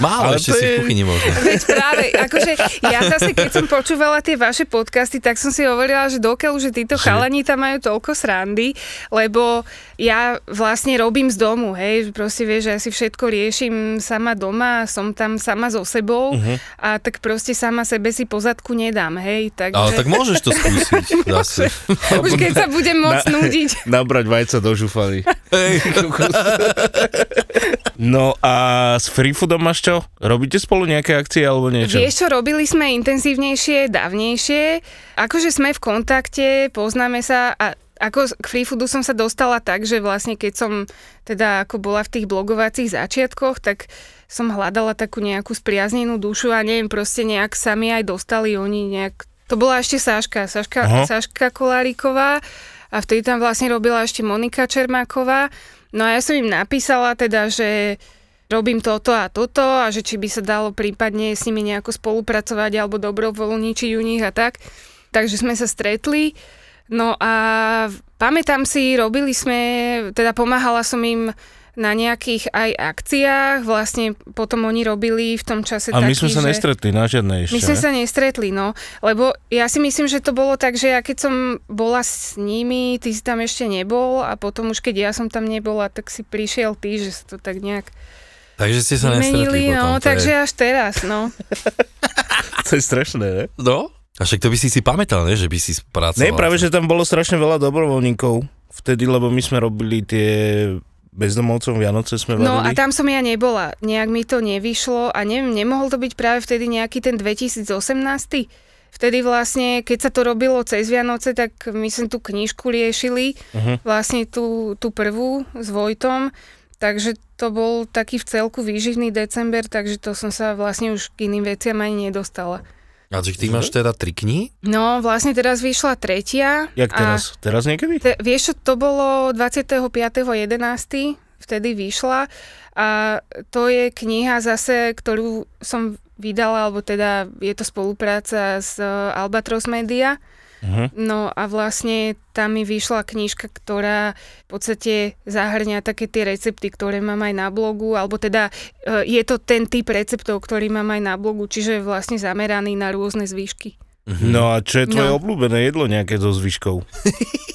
Speaker 6: Málo
Speaker 5: Ale
Speaker 6: ešte
Speaker 5: to
Speaker 6: si
Speaker 5: je-
Speaker 6: v kuchyni možno.
Speaker 4: Veď práve, akože ja zase, keď som počúvala tie vaše podcasty, tak som si hovorila, že dokiaľ, že títo chalani tam majú toľko srandy, lebo ja vlastne robím z domu, hej, že proste vieš, že ja si všetko riešim sama doma, som tam sama so sebou a tak proste sama sebe si pozadku nedám, hej, takže...
Speaker 6: Ale tak môžeš to skúsiť. Dá sa.
Speaker 4: Už keď sa budem môcť nudiť.
Speaker 5: Nabrať vajca do žufany.
Speaker 6: Hej.
Speaker 5: No a s Freefoodom máš čo? Robíte spolu nejaké akcie alebo niečo?
Speaker 4: Vieš čo, robili sme intenzívnejšie, dávnejšie. Akože sme v kontakte, poznáme sa a ako k free foodu som sa dostala tak, že vlastne keď som teda ako bola v tých blogovacích začiatkoch, tak som hľadala takú nejakú spriaznenú dušu a neviem, proste nejak sami aj dostali oni nejak... To bola ešte Sáška, Sáška,
Speaker 5: Aha.
Speaker 4: Sáška Koláriková a vtedy tam vlastne robila ešte Monika Čermáková. No a ja som im napísala teda, že robím toto a toto a že či by sa dalo prípadne s nimi nejako spolupracovať alebo dobrovoľničiť u nich a tak. Takže sme sa stretli. No a v- pamätám si, robili sme, teda pomáhala som im na nejakých aj akciách, vlastne potom oni robili v tom čase
Speaker 5: A my
Speaker 4: taký,
Speaker 5: sme sa
Speaker 4: že...
Speaker 5: nestretli na žiadnej ešte.
Speaker 4: My sme
Speaker 5: ne?
Speaker 4: sa nestretli, no, lebo ja si myslím, že to bolo tak, že ja keď som bola s nimi, ty si tam ešte nebol a potom už keď ja som tam nebola, tak si prišiel ty, že sa to tak nejak
Speaker 6: Takže ste sa nestretli
Speaker 4: vymenili,
Speaker 6: potom.
Speaker 4: no,
Speaker 6: to je-
Speaker 4: takže až teraz, no.
Speaker 5: To je strašné, ne?
Speaker 6: No? A však to by si si pamätal, ne? Že by si pracoval.
Speaker 5: Ne, práve, že tam bolo strašne veľa dobrovoľníkov vtedy, lebo my sme robili tie bezdomovcom Vianoce sme
Speaker 4: No a
Speaker 5: varili.
Speaker 4: tam som ja nebola, nejak mi to nevyšlo a neviem, nemohol to byť práve vtedy nejaký ten 2018. Vtedy vlastne, keď sa to robilo cez Vianoce, tak my sme tú knižku riešili,
Speaker 6: Mhm.
Speaker 4: uh-huh. vlastne tú, tú prvú s Vojtom, takže to bol taký v celku výživný december, takže to som sa vlastne už k iným veciam ani nedostala.
Speaker 6: A že ty
Speaker 5: Mhm.
Speaker 6: máš teda tri knihy?
Speaker 4: No vlastne teraz vyšla tretia. a-
Speaker 5: Jak teraz? Teraz niekedy?
Speaker 4: Te, vieš, čo, to bolo 25.11., vtedy vyšla a to je kniha zase, ktorú som vydala, alebo teda je to spolupráca s e, Albatros Media.
Speaker 5: Mhm.
Speaker 4: No a vlastne tam mi vyšla knižka, ktorá v podstate zahrňa také tie recepty, ktoré mám aj na blogu, alebo teda e, je to ten typ receptov, ktorý mám aj na blogu, čiže je vlastne zameraný na rôzne zvýšky.
Speaker 5: No a čo je
Speaker 4: No.
Speaker 5: tvoje obľúbené jedlo nejaké so zvyškou?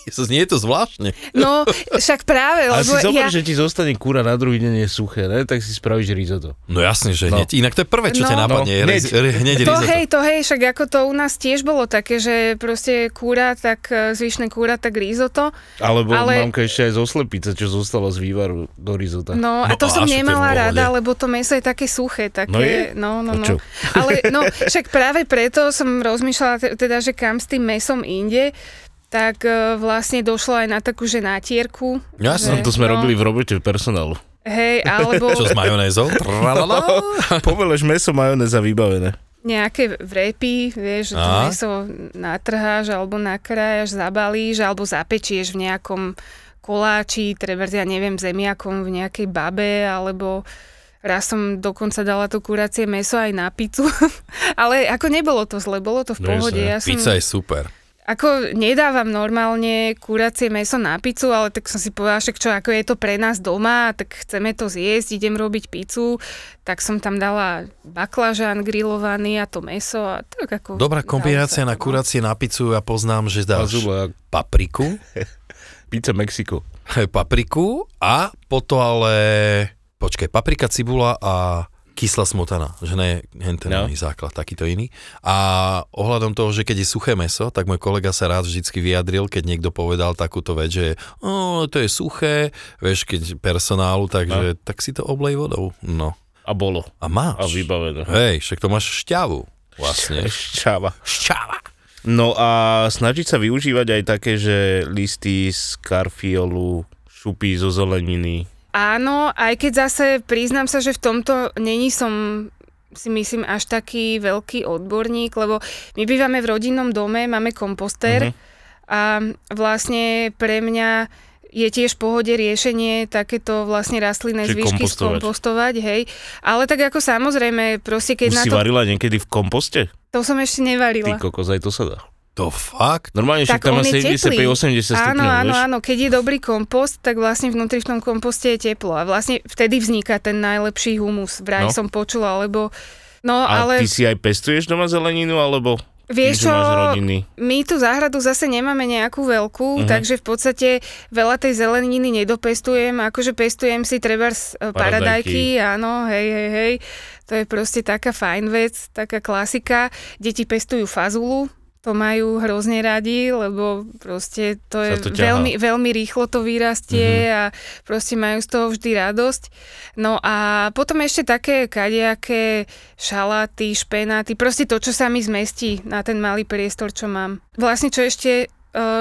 Speaker 6: Znie to zvláštne.
Speaker 4: No, však práve,
Speaker 5: A
Speaker 4: lebo
Speaker 5: si
Speaker 4: ja...
Speaker 5: zober, že ti zostane kúra na druhý deň je suché, ne? tak si spravíš risotto.
Speaker 6: No jasne, že
Speaker 5: No.
Speaker 6: hneď. Inak to je prvé, čo
Speaker 4: No.
Speaker 6: ťa napadne. je
Speaker 5: No,
Speaker 6: riz- r- Hneď
Speaker 4: To
Speaker 6: risotto.
Speaker 4: hej, to hej, však ako to u nás tiež bolo také, že proste kúra, tak e, zvyšné kúra, tak risotto.
Speaker 5: Alebo
Speaker 4: Ale-
Speaker 5: Ale... mamka ešte aj zo slepice, čo zostala z vývaru do risota.
Speaker 4: No
Speaker 6: No
Speaker 4: a
Speaker 6: a
Speaker 4: to som
Speaker 6: až to je v
Speaker 4: nemala
Speaker 6: pohode.
Speaker 4: rada, lebo to meso je také suché,
Speaker 5: No
Speaker 4: také,
Speaker 5: je?
Speaker 4: no, no,
Speaker 5: A
Speaker 4: no.
Speaker 5: čo?
Speaker 4: Ale no, však práve preto som rozmýšľala te- teda, že kam s tým mesom inde, tak e, vlastne došlo aj na takú, že nátierku.
Speaker 6: Jasne.
Speaker 4: že-
Speaker 5: To sme
Speaker 4: no,
Speaker 5: robili v robote v personálu.
Speaker 4: Hej, alebo
Speaker 6: Čo s majonézou?
Speaker 4: No.
Speaker 6: Tralala.
Speaker 5: Poveleš meso, majoneza vybavené.
Speaker 4: nejaké vrepy, vieš, že to
Speaker 6: Á.
Speaker 4: meso natrháš, alebo nakrájaš, zabalíš, alebo zapečieš v nejakom koláči, treba, ja neviem, zemiakom v nejakej babe, alebo raz som dokonca dala to kuracie meso aj na pizzu, ale ako nebolo to zle, bolo to v
Speaker 5: No jasné,
Speaker 4: pohode. Ja som,
Speaker 6: Pizza je super.
Speaker 4: ako nedávam normálne kuracie meso na pizzu, ale tak som si povedala, však čo, ako je to pre nás doma, tak chceme to zjesť, idem robiť pizzu, tak som tam dala baklažán grillovaný a to meso a tak ako...
Speaker 6: Dobrá
Speaker 4: dalo
Speaker 6: kombinácia
Speaker 4: sa to,
Speaker 6: na
Speaker 4: no.
Speaker 6: kuracie na pizzu, ja poznám, že dáš
Speaker 5: Azula,
Speaker 6: papriku,
Speaker 5: pizza Mexiko.
Speaker 6: papriku a potom ale... Počkaj, paprika, cibula a kyslá smotana, že ne, hen ten
Speaker 5: No.
Speaker 6: no. základ, takýto iný. A ohľadom toho, že keď je suché meso, tak môj kolega sa rád vždycky vyjadril, keď niekto povedal takúto vec, že o, to je suché, vieš, keď personálu, takže no. tak si to oblej vodou. No.
Speaker 5: A bolo.
Speaker 6: A máš.
Speaker 5: A vybavené.
Speaker 6: Hej, však to máš šťavu. Vlastne.
Speaker 5: Šťava.
Speaker 6: Šťava.
Speaker 5: No a snažiť sa využívať aj také, že listy z karfiolu, šupy zo zeleniny.
Speaker 4: Áno, aj keď zase priznám sa, že v tomto není som si myslím až taký veľký odborník, lebo my bývame v rodinnom dome, máme
Speaker 5: Mhm.
Speaker 4: komposter a vlastne pre mňa je tiež v pohode riešenie takéto vlastne rastlinné
Speaker 5: Čiže
Speaker 4: zvyšky
Speaker 5: kompostovať.
Speaker 4: skompostovať, hej. Ale tak ako samozrejme, proste keď
Speaker 5: Už
Speaker 4: na
Speaker 5: si
Speaker 4: to...
Speaker 5: varila niekedy v komposte?
Speaker 4: To som ešte
Speaker 5: Ty
Speaker 4: nevarila.
Speaker 5: kokos, aj to sa dá.
Speaker 6: To fakt?
Speaker 5: Normálne,
Speaker 4: Tak
Speaker 5: však tam má
Speaker 4: on je
Speaker 5: 75-80
Speaker 4: Áno,
Speaker 5: stupňov,
Speaker 4: áno,
Speaker 5: vieš?
Speaker 4: áno. Keď je dobrý kompost, tak vlastne vnútri v tom komposte je teplo. A vlastne vtedy vzniká ten najlepší humus. Vraj no.
Speaker 5: No.
Speaker 4: som počula, lebo... No,
Speaker 5: A
Speaker 4: ale...
Speaker 5: ty si aj pestuješ doma zeleninu, alebo
Speaker 4: Vieš
Speaker 5: tým, že
Speaker 4: čo,
Speaker 5: máš rodiny?
Speaker 4: my tú záhradu zase nemáme nejakú veľkú,
Speaker 5: Mhm.
Speaker 4: uh-huh. takže v podstate veľa tej zeleniny nedopestujem, akože pestujem si trebárs e,
Speaker 5: Paradajky.
Speaker 4: paradajky, áno, hej, hej, hej, to je proste taká fajn vec, taká klasika. Deti pestujú fazulu, to majú hrozne radi, lebo proste to
Speaker 5: Sa
Speaker 4: je
Speaker 5: to ťahá.
Speaker 4: veľmi, veľmi rýchlo to vyrastie a proste majú z toho vždy radosť. No a potom ešte také kadejaké šaláty, špenáty, proste to, čo sa mi zmestí na ten malý priestor, čo mám. Vlastne, čo ešte eh,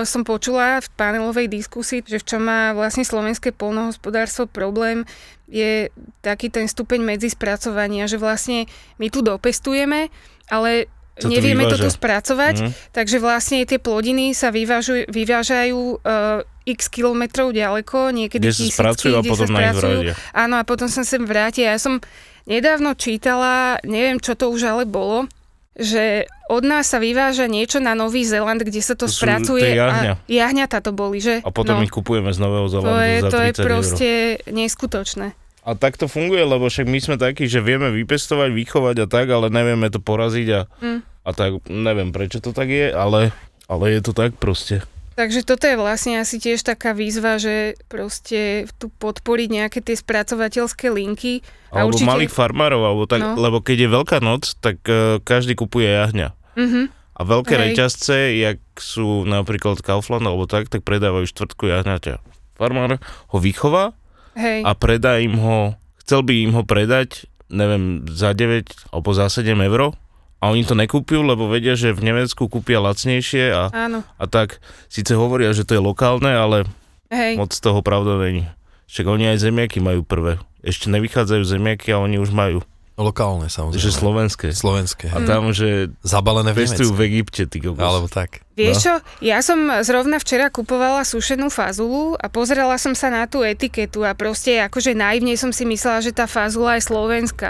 Speaker 4: som počula v panelovej diskusii, že v čom má vlastne slovenské polnohospodárstvo problém, je taký ten stupeň medzi spracovania, že vlastne my tu dopestujeme, ale
Speaker 5: Sa to
Speaker 4: nevieme to tu
Speaker 5: vyváža.
Speaker 4: spracovať,
Speaker 5: Mhm.
Speaker 4: takže vlastne tie plodiny sa vyvážuj, vyvážajú eh, x kilometrov ďaleko, niekedy
Speaker 5: Kde sa
Speaker 4: tisícky,
Speaker 5: spracujú a
Speaker 4: kde sa
Speaker 5: potom na ich
Speaker 4: spracujú.
Speaker 5: vraždia.
Speaker 4: Áno, a potom som sem vrátila. Ja som nedávno čítala, neviem čo to už ale bolo, že od nás sa vyváža niečo na Nový Zeland, kde sa to,
Speaker 5: To sú
Speaker 4: spracuje.
Speaker 5: tie jahňa.
Speaker 4: A jahňatá to boli, že?
Speaker 5: A potom ich kupujeme z
Speaker 4: No.
Speaker 5: Nového
Speaker 4: to je,
Speaker 5: Zelandu za 30
Speaker 4: to je
Speaker 5: eur.
Speaker 4: proste neskutočné.
Speaker 5: A tak to funguje, lebo však my sme takí, že vieme vypestovať, vychovať a tak, ale nevieme to poraziť a,
Speaker 4: Mm.
Speaker 5: a tak neviem prečo to tak je, ale, ale je to tak proste.
Speaker 4: Takže toto je vlastne asi tiež taká výzva, že proste tu podporiť nejaké tie spracovateľské linky. A
Speaker 5: Alebo
Speaker 4: určite...
Speaker 5: malých farmárov, alebo tak,
Speaker 4: No.
Speaker 5: lebo keď je veľká noc, tak e, každý kupuje jahňa.
Speaker 4: Mhm.
Speaker 5: A veľké
Speaker 4: Hej.
Speaker 5: reťazce, jak sú napríklad Kaufland alebo tak, tak predávajú štvrtku jahňaťa. Farmár ho vychová
Speaker 4: Hej.
Speaker 5: a predá im ho, chcel by im ho predať, neviem, za 9 alebo za 7 eur a oni to nekúpiu, lebo vedia, že v Nemecku kúpia lacnejšie a,
Speaker 4: Áno,
Speaker 5: a tak síce hovoria, že to je lokálne, ale
Speaker 4: hej.
Speaker 5: moc toho pravda není. Však oni aj zemiaky majú prvé. Ešte nevychádzajú zemiaky a oni už majú.
Speaker 6: Lokálne samozrejme.
Speaker 5: Že slovenské.
Speaker 6: Slovenské.
Speaker 4: Hmm.
Speaker 5: A tam, že
Speaker 6: Zabalené v
Speaker 5: pestujú
Speaker 6: Nemecku.
Speaker 5: v Egypte, ty kokos.
Speaker 6: Alebo tak.
Speaker 4: Vieš
Speaker 5: No.
Speaker 4: čo, ja som zrovna včera kupovala sušenú fazulu a pozerala som sa na tú etiketu a proste akože naivne som si myslela, že tá fazula je slovenská.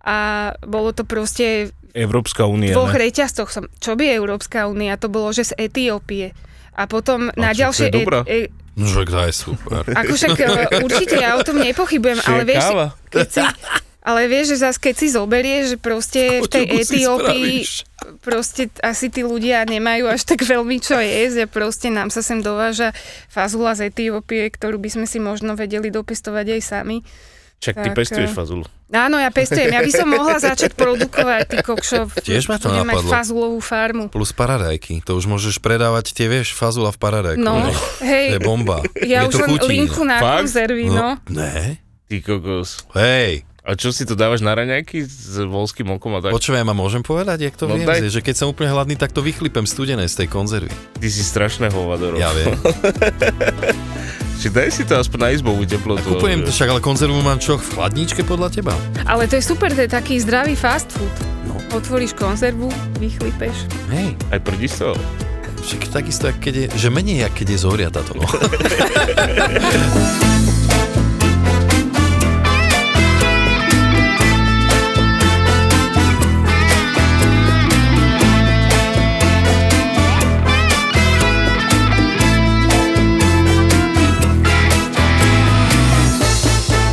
Speaker 4: A bolo to proste
Speaker 5: Európska
Speaker 4: v
Speaker 5: únia,
Speaker 4: dvoch
Speaker 5: ne?
Speaker 4: reťazcoch som. Čo by Európska únia? To bolo, že z Etiópie. A potom
Speaker 5: A
Speaker 4: na
Speaker 5: však to
Speaker 4: ďalšie...
Speaker 5: je dobrá.
Speaker 4: e,
Speaker 6: No, že to je super.
Speaker 4: ako však e, určite ja o tom nepochybujem,
Speaker 5: Čiže
Speaker 4: ale vieš, si,
Speaker 5: káva.
Speaker 4: keď si, Ale vieš, že zase keď si zoberieš, že proste v tej
Speaker 6: Koťuku si
Speaker 4: Etiópii
Speaker 6: spravíš.
Speaker 4: proste asi tí ľudia nemajú až tak veľmi čo jesť a proste nám sa sem dováža fazula z Etiópie, ktorú by sme si možno vedeli dopistovať aj sami.
Speaker 5: Čak
Speaker 4: Tak,
Speaker 5: ty pestuješ
Speaker 4: eh,
Speaker 5: fazulu.
Speaker 4: Áno, ja pestujem. Ja by som mohla začať produkovať ty kokšov.
Speaker 6: Tiež ma to
Speaker 4: Budem mať
Speaker 6: napadlo.
Speaker 4: fazulovú farmu.
Speaker 6: Plus paradajky. To už môžeš predávať tie, vieš, fazula v paradajku. To
Speaker 4: No,
Speaker 6: je
Speaker 4: hej,
Speaker 6: bomba.
Speaker 4: ja
Speaker 6: Mne to
Speaker 4: už len
Speaker 6: chutí.
Speaker 4: linku na
Speaker 5: Fakt?
Speaker 4: konzervy, no.
Speaker 6: Ne?
Speaker 5: Ty kokos.
Speaker 6: Hej,
Speaker 5: A čo si to dávaš na raňajky s volským okom a tak?
Speaker 6: počúvaj ma, môžem povedať, jak to
Speaker 5: No
Speaker 6: viem?
Speaker 5: daj.
Speaker 6: Že keď som úplne hladný, tak to vychlipem studené z tej konzervy.
Speaker 5: Ty si strašné hovado.
Speaker 6: Ja
Speaker 5: Ja.
Speaker 6: viem.
Speaker 5: Či daj si to aspoň na izbovú teplotu. eh,
Speaker 6: Kupujem to však, ale konzervu mám čo v chladničke podľa teba?
Speaker 4: Ale to je super, to je taký zdravý fast food.
Speaker 6: No.
Speaker 4: Otvoríš konzervu, vychlipeš.
Speaker 6: Hej,
Speaker 5: Aj prdíš to?
Speaker 6: však takisto, jak keď je, že menej, jak keď je zohriata to. No.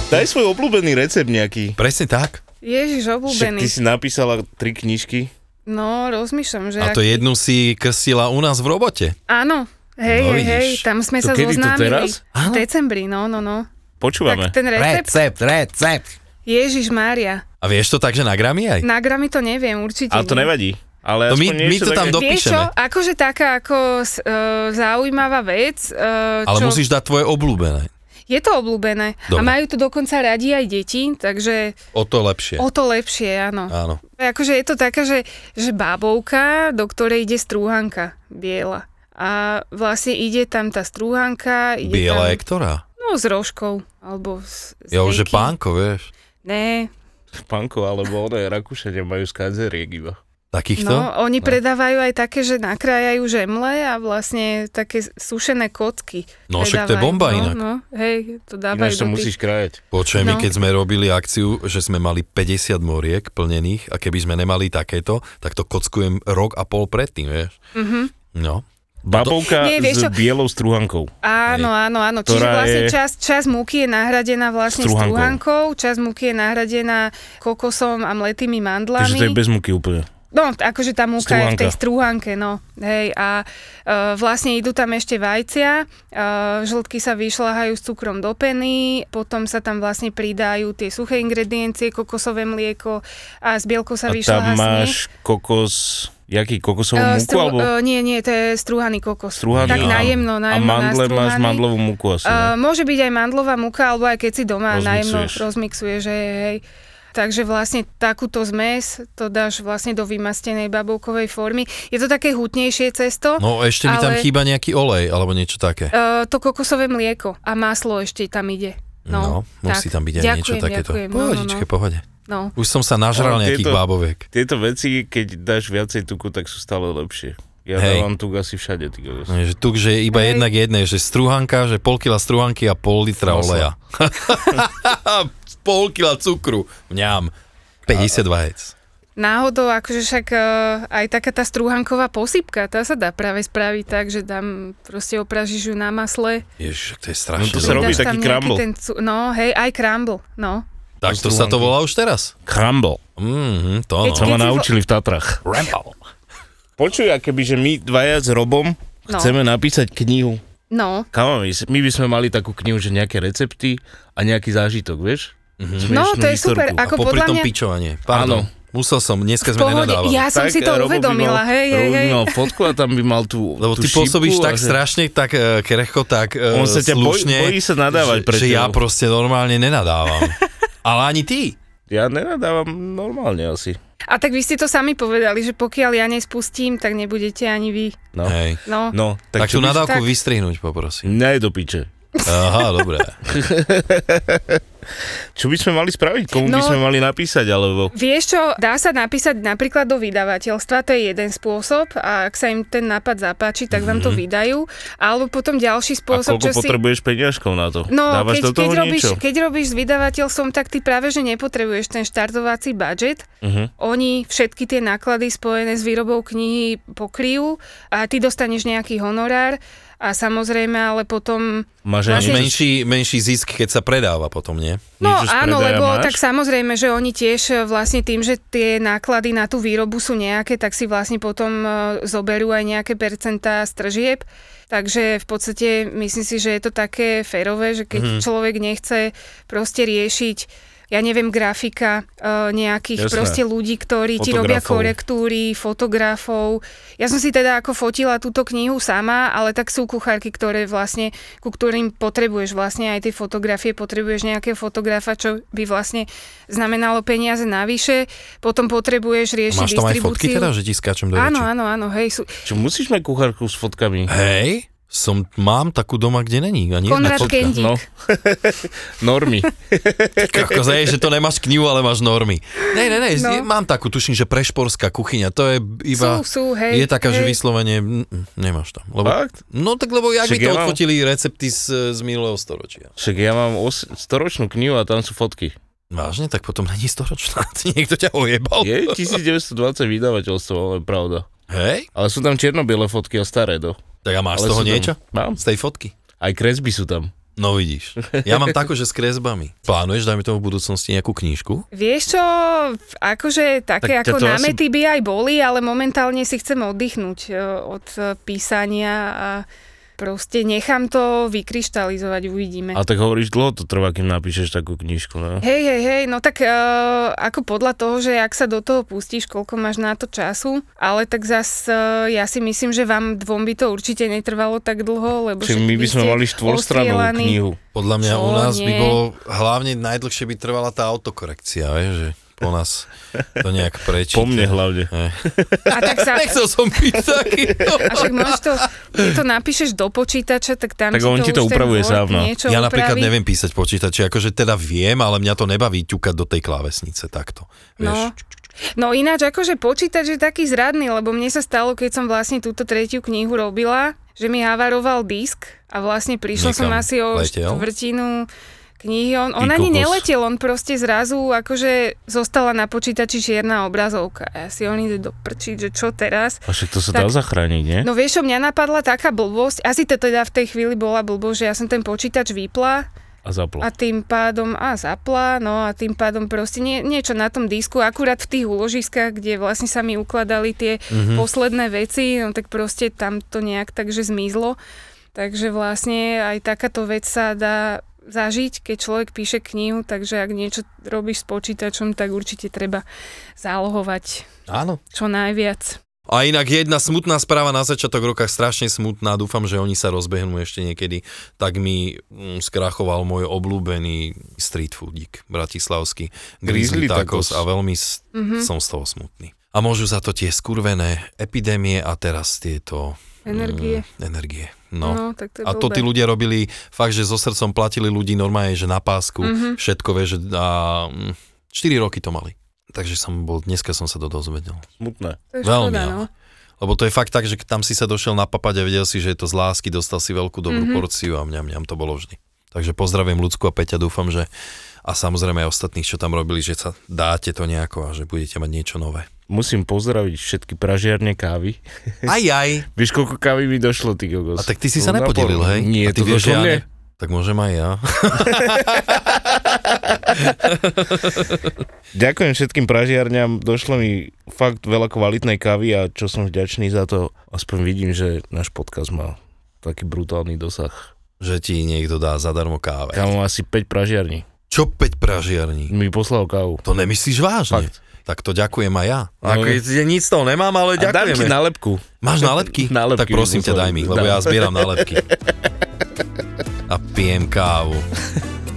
Speaker 5: Daj svoj obľúbený recept nejaký.
Speaker 6: Presne tak.
Speaker 4: Ježiš,
Speaker 5: Však ty
Speaker 4: obľúbený.
Speaker 5: si napísala tri knižky.
Speaker 4: No, rozmýšľam, že...
Speaker 6: A to
Speaker 4: ak-
Speaker 6: jednu si krsila u nás v robote.
Speaker 4: Áno, hej,
Speaker 6: No
Speaker 4: hej, hej,
Speaker 6: vidíš.
Speaker 4: tam sme
Speaker 5: To
Speaker 4: sa
Speaker 5: kedy, to
Speaker 4: zoznámili.
Speaker 5: teraz?
Speaker 4: V decembri, no, no, no.
Speaker 5: Počúvame.
Speaker 4: Tak ten recept,
Speaker 6: recept.
Speaker 4: Ježiš Mária.
Speaker 6: A vieš to tak, že na gramy aj?
Speaker 4: Na gramy to neviem, určite.
Speaker 5: Ale to
Speaker 4: nie.
Speaker 5: nevadí. Ale
Speaker 6: To No my,
Speaker 5: aspoň
Speaker 6: my
Speaker 5: niečo
Speaker 6: to tam
Speaker 5: také-
Speaker 4: Vieš čo,
Speaker 6: dopíšeme.
Speaker 4: akože taká ako s- e, zaujímavá vec, e,
Speaker 6: Ale
Speaker 4: čo
Speaker 6: musíš dať tvoje obľúbené.
Speaker 4: je to obľúbené a
Speaker 6: Dobre.
Speaker 4: majú to dokonca radi aj deti, takže
Speaker 6: O to lepšie.
Speaker 4: o to lepšie, áno.
Speaker 6: Áno.
Speaker 4: Akože je to taká, že, že bábovka, do ktorej ide strúhanka biela. A vlastne ide tam tá strúhanka. Ide
Speaker 6: Biela je
Speaker 4: tam,
Speaker 6: ktorá?
Speaker 4: No s rožkou. Alebo s, s
Speaker 6: Ja už je
Speaker 4: niekým.
Speaker 6: pánko, vieš.
Speaker 4: Ne,
Speaker 5: Panko, alebo ono je Rakúšania, majú skádzeriek iba.
Speaker 6: Takýchto?
Speaker 4: no oni predávajú aj také, že nakrájajú žemle a vlastne také sušené kocky.
Speaker 6: No, však to je
Speaker 4: predávajú.
Speaker 6: bomba
Speaker 4: no,
Speaker 6: inak.
Speaker 4: No, hej, to dávajú
Speaker 5: Ináč to
Speaker 4: do
Speaker 5: musíš
Speaker 4: tých...
Speaker 5: krajať.
Speaker 6: Počujem, my
Speaker 4: No.
Speaker 6: keď sme robili akciu, že sme mali 50 moriek plnených a keby sme nemali takéto, tak to kockujem rok a pol predtým, vieš.
Speaker 4: Mhm.
Speaker 6: Mm-hmm. No.
Speaker 5: Babovka
Speaker 4: Nie, vieš čo?
Speaker 5: s bielou struhankou.
Speaker 4: Áno, áno, áno. Čiže
Speaker 5: Ktorá
Speaker 4: vlastne
Speaker 5: je-
Speaker 4: čas, čas múky je nahradená vlastne
Speaker 5: Strúhankou.
Speaker 4: strúhankou, čas múky je nahradená kokosom a mletými mandlami.
Speaker 5: Takže to je bez múky úplne.
Speaker 4: No, akože tá múka je v tej
Speaker 5: Strúhanka.
Speaker 4: strúhanke, no. Hej, a e, vlastne idú tam ešte vajcia, e, žltky sa vyšľahajú s cukrom do peny, potom sa tam vlastne pridajú tie suché ingrediencie, kokosové mlieko a s bielkou sa
Speaker 5: A tam
Speaker 4: vyšľahá snež.
Speaker 5: máš kokos, jaký kokosovú
Speaker 4: E,
Speaker 5: múku, alebo
Speaker 4: e, nie, nie, to je strúhaný kokos.
Speaker 5: strúhaný?
Speaker 4: Tak
Speaker 5: Áno.
Speaker 4: najemno,
Speaker 5: A
Speaker 4: najemno
Speaker 5: mandle máš
Speaker 4: nastrúhaný.
Speaker 5: mandlovú múku asi,
Speaker 4: Uh,
Speaker 5: ne?
Speaker 4: môže byť aj mandlová múka, alebo aj keď si doma
Speaker 5: Rozmixuješ.
Speaker 4: najemno rozmixuješ, hej, hej. Takže vlastne takúto zmes to dáš vlastne do vymastenej babovkovej formy. Je to také hutnejšie cesto,
Speaker 6: No ešte mi tam
Speaker 4: Ale-
Speaker 6: chýba nejaký olej alebo niečo také.
Speaker 4: uh, to kokosové mlieko a maslo ešte tam ide.
Speaker 6: No,
Speaker 4: No,
Speaker 6: musí
Speaker 4: tak.
Speaker 6: tam byť aj
Speaker 4: Ďakujem,
Speaker 6: niečo takéto.
Speaker 4: ďakujem. No, no,
Speaker 6: Pohodičke, pohode.
Speaker 4: No,
Speaker 6: Už som sa nažral
Speaker 5: Ale
Speaker 6: nejakých
Speaker 5: tieto-
Speaker 6: báboviek.
Speaker 5: Tieto veci, keď dáš viacej tuku, tak sú stále lepšie. Ja
Speaker 6: Hej.
Speaker 5: dávam tuk asi všade, ty kokos.
Speaker 6: No, Že tu, že je iba
Speaker 4: Hej.
Speaker 6: jednak jedné, že struhanka, že pol kila struhanky a pol litra
Speaker 5: Masla.
Speaker 6: oleja. pol kila cukru. Mňam. 50 vajec.
Speaker 4: náhodou akože však uh, aj taká tá strúhanková posypka, tá sa dá práve spraviť tak, že tam proste opražíš ju na masle.
Speaker 6: Ježiš, to je
Speaker 5: No
Speaker 6: strašné.
Speaker 5: to sa
Speaker 6: dobré.
Speaker 5: robí
Speaker 4: dáš tam
Speaker 5: taký
Speaker 4: nejaký
Speaker 5: crumble.
Speaker 4: ten cu- no, hej, aj crumble, no.
Speaker 6: tak to sa to volá už teraz.
Speaker 5: Crumble.
Speaker 6: Mhm, to no.
Speaker 4: Keď-
Speaker 5: To ma
Speaker 4: si vo-
Speaker 5: naučili v Tatrach.
Speaker 6: Rambo.
Speaker 5: Počuj, a keby, že my dvaja s Robom
Speaker 4: No.
Speaker 5: chceme napísať knihu.
Speaker 4: No,
Speaker 5: Kámo, my, s- my by sme mali takú knihu, že nejaké recepty a nejaký zážitok, vieš?
Speaker 6: Mhm.
Speaker 5: Mm-hmm.
Speaker 4: No, to je super.
Speaker 6: A
Speaker 4: Ako
Speaker 6: popri
Speaker 4: podľa
Speaker 6: tom
Speaker 4: mňa-
Speaker 6: pičovanie. Pardon. Musel som, dneska sme
Speaker 4: pohode,
Speaker 6: nenadávali.
Speaker 4: ja som si to
Speaker 5: eh,
Speaker 4: uvedomila, hej, hej, hej.
Speaker 5: mal fotku a tam by mal tú
Speaker 6: Lebo
Speaker 5: tú
Speaker 6: ty pôsobíš
Speaker 5: šípku a
Speaker 6: tak
Speaker 5: že-
Speaker 6: strašne, tak uh, krehko, tak uh,
Speaker 5: On sa ťa bojí-
Speaker 6: slušne,
Speaker 5: bojí sa nadávať
Speaker 6: že,
Speaker 5: pred
Speaker 6: že ja
Speaker 5: tebou.
Speaker 6: proste normálne nenadávam. Ale ani ty.
Speaker 5: Ja nenadávam normálne asi.
Speaker 4: A tak vy ste to sami povedali, že pokiaľ ja nespustím, tak nebudete ani vy.
Speaker 5: No,
Speaker 6: Hej.
Speaker 4: No,
Speaker 5: no
Speaker 6: Tak,
Speaker 5: tak,
Speaker 6: tú nadávku
Speaker 4: tak-
Speaker 6: vystrihnúť poprosím.
Speaker 5: Ne, do piče.
Speaker 6: Aha, dobre.
Speaker 5: Čo by sme mali spraviť? Komu by
Speaker 4: No.
Speaker 5: sme mali napísať, alebo...
Speaker 4: Vieš čo, dá sa napísať napríklad do vydavateľstva, to je jeden spôsob a ak sa im ten nápad zapáči, tak vám to vydajú. Alebo potom ďalší
Speaker 5: Mhm. A
Speaker 4: spôsob,
Speaker 5: koľko
Speaker 4: čo si...
Speaker 5: potrebuješ peňažkov na to?
Speaker 4: No,
Speaker 5: Dávaš
Speaker 4: keď,
Speaker 5: do toho
Speaker 4: keď, robíš,
Speaker 5: niečo?
Speaker 4: keď robíš s vydavateľstvom, tak ty práve, že nepotrebuješ ten štartovací budget.
Speaker 5: Mhm.
Speaker 4: Oni všetky tie náklady spojené s výrobou knihy pokryjú a ty dostaneš nejaký honorár A samozrejme, ale potom...
Speaker 5: Máš
Speaker 4: Vlastne-
Speaker 5: aj niečo-
Speaker 6: Menší, menší zisk, keď sa predáva potom, nie?
Speaker 4: No
Speaker 5: niečo z
Speaker 4: áno,
Speaker 5: predaja
Speaker 4: lebo
Speaker 5: máš?
Speaker 4: tak samozrejme, že oni tiež e, vlastne tým, že tie náklady na tú výrobu sú nejaké, tak si vlastne potom e, zoberú aj nejaké percentá z tržieb. Takže v podstate myslím si, že je to také férové, že keď
Speaker 5: Mhm.
Speaker 4: mm. človek nechce proste riešiť ja neviem, grafika e, nejakých
Speaker 5: Jasné.
Speaker 4: proste ľudí, ktorí ti robia
Speaker 5: Fotografov.
Speaker 4: korektúry, fotografov. Ja som si teda ako fotila túto knihu sama, ale tak sú kuchárky, ktoré vlastne, ku ktorým potrebuješ vlastne aj tie fotografie, potrebuješ nejakého fotografa, čo by vlastne znamenalo peniaze navyše, potom potrebuješ
Speaker 6: A
Speaker 4: riešiť
Speaker 6: Máš tam aj fotky
Speaker 4: distribúciu.
Speaker 6: teda, že ti skáčem do
Speaker 4: Áno,
Speaker 6: rečí?
Speaker 4: áno, áno, hej, sú,
Speaker 5: Čo musíš mať kuchárku s fotkami?
Speaker 6: Hej, som, mám takú doma, kde není. Ani jedna
Speaker 4: Konrad
Speaker 6: fotka.
Speaker 4: Kendík.
Speaker 5: No. Normy.
Speaker 6: Kokos, hej, že to nemáš knihu, ale máš normy. Ne, ne, ne,
Speaker 4: No.
Speaker 6: no. mám takú, tuším, že prešporská kuchyňa, to je iba...
Speaker 4: sú, sú, hej.
Speaker 6: je taká, že
Speaker 4: hej.
Speaker 6: vyslovene mm, mm, nemáš tam. Lebo,
Speaker 5: Fakt?
Speaker 6: no tak lebo jak by
Speaker 5: Však
Speaker 6: to
Speaker 5: ja mám-
Speaker 6: odfotili recepty z, z minulého storočia.
Speaker 5: Však ja mám os- storočnú knihu a tam sú fotky.
Speaker 6: Vážne? Tak potom není storočná. Niekto ťa ojebal.
Speaker 5: Je 1920 vydavateľstvo, ale pravda.
Speaker 6: Hej?
Speaker 5: Ale sú tam čierno-biele fotky a staré, do.
Speaker 6: Tak a máš
Speaker 5: Ale
Speaker 6: z toho
Speaker 5: sú tam-
Speaker 6: niečo?
Speaker 5: Mám.
Speaker 6: Z tej fotky?
Speaker 5: Aj kresby sú tam.
Speaker 6: No vidíš. Ja mám takú, že s kresbami. Plánuješ, dajme tomu v budúcnosti nejakú knížku?
Speaker 4: Vieš čo, akože také
Speaker 5: Tak ťa
Speaker 4: tak ako
Speaker 5: to asi-
Speaker 4: námety by aj boli, ale momentálne si chcem oddychnúť e, od e, písania a proste nechám to vykryštalizovať, uvidíme.
Speaker 5: A tak hovoríš, dlho to trvá, kým napíšeš takú knižku, no.
Speaker 4: Hej, hej, hej, no tak uh, ako podľa toho, že ak sa do toho pustíš, koľko máš na to času, ale tak zas uh, ja si myslím, že vám dvom by to určite netrvalo tak dlho, lebo
Speaker 5: Čiže
Speaker 4: však
Speaker 5: my
Speaker 4: vy
Speaker 5: by sme
Speaker 4: ste
Speaker 5: mali štvorstrannú
Speaker 4: ostrielaní.
Speaker 5: knihu.
Speaker 6: Podľa mňa
Speaker 4: Čo?
Speaker 6: u nás by
Speaker 4: Nie.
Speaker 6: bolo, hlavne najdlhšie by trvala tá autokorekcia, vieš, že po nás to nejak prečíta.
Speaker 5: Po mne hlavne.
Speaker 6: Hej.
Speaker 4: A tak sa...
Speaker 6: Nechcel som byť taký. no.
Speaker 4: A však môžeš to, keď to napíšeš do počítača, tak tam si
Speaker 5: Tak on ti to
Speaker 4: už ten
Speaker 5: upravuje
Speaker 4: Word
Speaker 5: sám, no.
Speaker 4: niečo
Speaker 6: Ja napríklad
Speaker 4: upraví.
Speaker 6: neviem písať počítače, akože teda viem, ale mňa to nebaví ťukať do tej klávesnice takto.
Speaker 4: No.
Speaker 6: Vieš,
Speaker 4: No ináč, akože počítač je taký zradný, lebo mne sa stalo, keď som vlastne túto tretiu knihu robila, že mi havaroval disk a vlastne prišla som
Speaker 6: Niekam
Speaker 4: asi o
Speaker 6: letel?
Speaker 4: štvrtinu knihy. On, on
Speaker 5: Ty
Speaker 4: ani
Speaker 5: kokos.
Speaker 4: neletel, on proste zrazu akože zostala na počítači čierna obrazovka. A ja si on ide do prčiť, že čo teraz?
Speaker 5: A však to sa
Speaker 4: Tak-
Speaker 5: dá zachrániť, nie?
Speaker 6: Hm?
Speaker 4: No vieš, čo mňa napadla taká blbosť, asi to teda v tej chvíli bola blbosť, že ja som ten počítač vypla
Speaker 5: A zaplo.
Speaker 4: a tým pádom a zapla, no a tým pádom proste nie, niečo na tom disku, akurát v tých úložiskách, kde vlastne sa mi ukladali tie
Speaker 6: Mhm.
Speaker 4: mm-hmm. posledné veci, no tak proste tam to nejak takže zmizlo. Takže vlastne aj takáto vec sa dá zažiť, keď človek píše knihu, takže ak niečo robíš s počítačom, tak určite treba zálohovať
Speaker 6: áno.
Speaker 4: čo najviac.
Speaker 6: A inak jedna smutná správa na začiatok roka, strašne smutná, dúfam, že oni sa rozbehnú ešte niekedy, tak mi mm, skrachoval môj obľúbený street foodík bratislavský,
Speaker 5: Grizzly
Speaker 6: grizzly tacos
Speaker 5: tacos.
Speaker 6: a veľmi s- som z toho smutný. A môžu za to tie skurvené epidémie a teraz tieto
Speaker 4: Energie.
Speaker 6: Mm, energie. No.
Speaker 4: No, no tak to je
Speaker 6: A to
Speaker 4: blbé.
Speaker 6: tí ľudia robili fakt, že so srdcom platili ľudí normálne, že na pásku, mm-hmm. všetko, vieš, a 4 roky to mali. Takže som bol, dneska som sa to dozvedel.
Speaker 5: Smutné.
Speaker 4: To je
Speaker 6: Veľmi,
Speaker 4: škoda, no.
Speaker 6: áno. Lebo to je fakt tak, že tam si sa došiel napapať a vedel si, že je to z lásky, dostal si veľkú dobrú mm-hmm. porciu a mňam, mňam to bolo vždy. Takže pozdravím ľudskú a Peťa, dúfam, že a samozrejme aj ostatných, čo tam robili, že sa dáte to nejako a že budete mať niečo nové.
Speaker 5: Musím pozdraviť všetky pražiarne kávy.
Speaker 6: Aj, aj.
Speaker 5: Vieš, koľko kávy mi došlo, ty
Speaker 6: A
Speaker 5: kokos?
Speaker 6: tak ty si sa
Speaker 5: Na
Speaker 6: nepodielil,
Speaker 5: porno.
Speaker 6: hej? a
Speaker 5: Nie,
Speaker 6: ty
Speaker 5: to
Speaker 6: že
Speaker 5: došlo
Speaker 6: ja
Speaker 5: mne.
Speaker 6: ne- Tak môžem aj ja.
Speaker 5: Ďakujem všetkým pražiarňam, došlo mi fakt veľa kvalitnej kávy a čo som vďačný za to, aspoň vidím, že náš podcast má taký brutálny dosah.
Speaker 6: že ti niekto dá zadarmo káve.
Speaker 5: Tam mám asi 5 pražiarní.
Speaker 6: Čo 5 pražiarní?
Speaker 5: Mi poslal kávu.
Speaker 6: To nemyslíš vážne?
Speaker 5: Fakt.
Speaker 6: Tak to ďakujem aj ja.
Speaker 5: Áno.
Speaker 6: Ako, ja nic z toho nemám, ale
Speaker 5: A dám ti
Speaker 6: ďakujeme.
Speaker 5: nálepku.
Speaker 6: Máš nálepky?
Speaker 5: Nálepky
Speaker 6: Tak prosím ťa,
Speaker 5: vyzval.
Speaker 6: daj mi, lebo
Speaker 5: Dám.
Speaker 6: ja zbieram nálepky. A pijem kávu.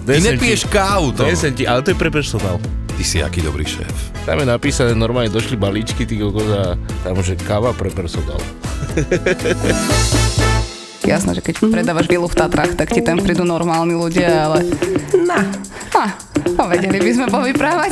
Speaker 6: Ty
Speaker 5: Nesem
Speaker 6: nepiješ kávu, to.
Speaker 5: ti, nesem ti, ale to je pre personál.
Speaker 6: Ty si aký dobrý šéf.
Speaker 5: Tam je napísané, normálne došli balíčky, ty kokos a tam, že káva pre personál.
Speaker 7: Jasné, že keď predávaš bielu v Tatrách, tak ti tam prídu normálni ľudia, ale... Na. Na. No, vedeli by sme povyprávať.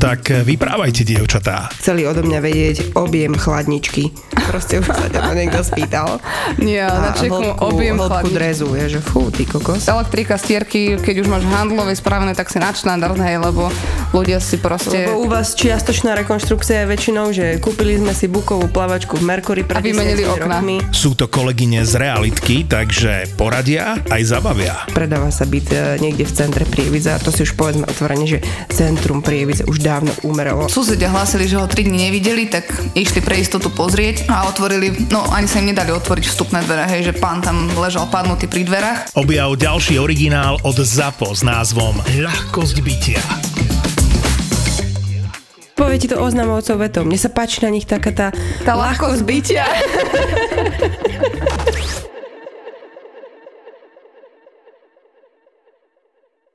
Speaker 1: Tak e, vyprávajte, dievčatá.
Speaker 8: Chceli odo mňa vedieť objem chladničky. Proste už sa tam niekto spýtal.
Speaker 7: Nie, na čeku objem
Speaker 8: hĺbku
Speaker 7: chladničky.
Speaker 8: drezu, vieš, že fú, ty kokos.
Speaker 7: elektrika, stierky, keď už máš handlové spravené, tak si nad štandard, hej, lebo ľudia si proste...
Speaker 8: Lebo u vás čiastočná rekonštrukcia je väčšinou, že kúpili sme si bukovú plavačku v Mercury pred
Speaker 7: A vymenili
Speaker 8: 10
Speaker 7: okná.
Speaker 8: rokmi.
Speaker 1: Sú to kolegyne z realitky, takže poradia aj zabavia.
Speaker 8: Predáva sa byt e, niekde v centre Prievidza a to si už povedzme otvorene, že centrum Prievidza už dávno umeralo.
Speaker 7: Susedia hlásili, že ho 3 dní nevideli, tak išli pre istotu pozrieť a otvorili, no ani sa im nedali otvoriť vstupné dvere, hej, že pán tam ležal padnutý pri dverách.
Speaker 1: Objav ďalší originál od ZAPO s názvom Ľahkosť bytia.
Speaker 8: Poviete to oznamovcov vetom. Mne sa páči na nich taká tá...
Speaker 7: Tá ľahkosť bytia.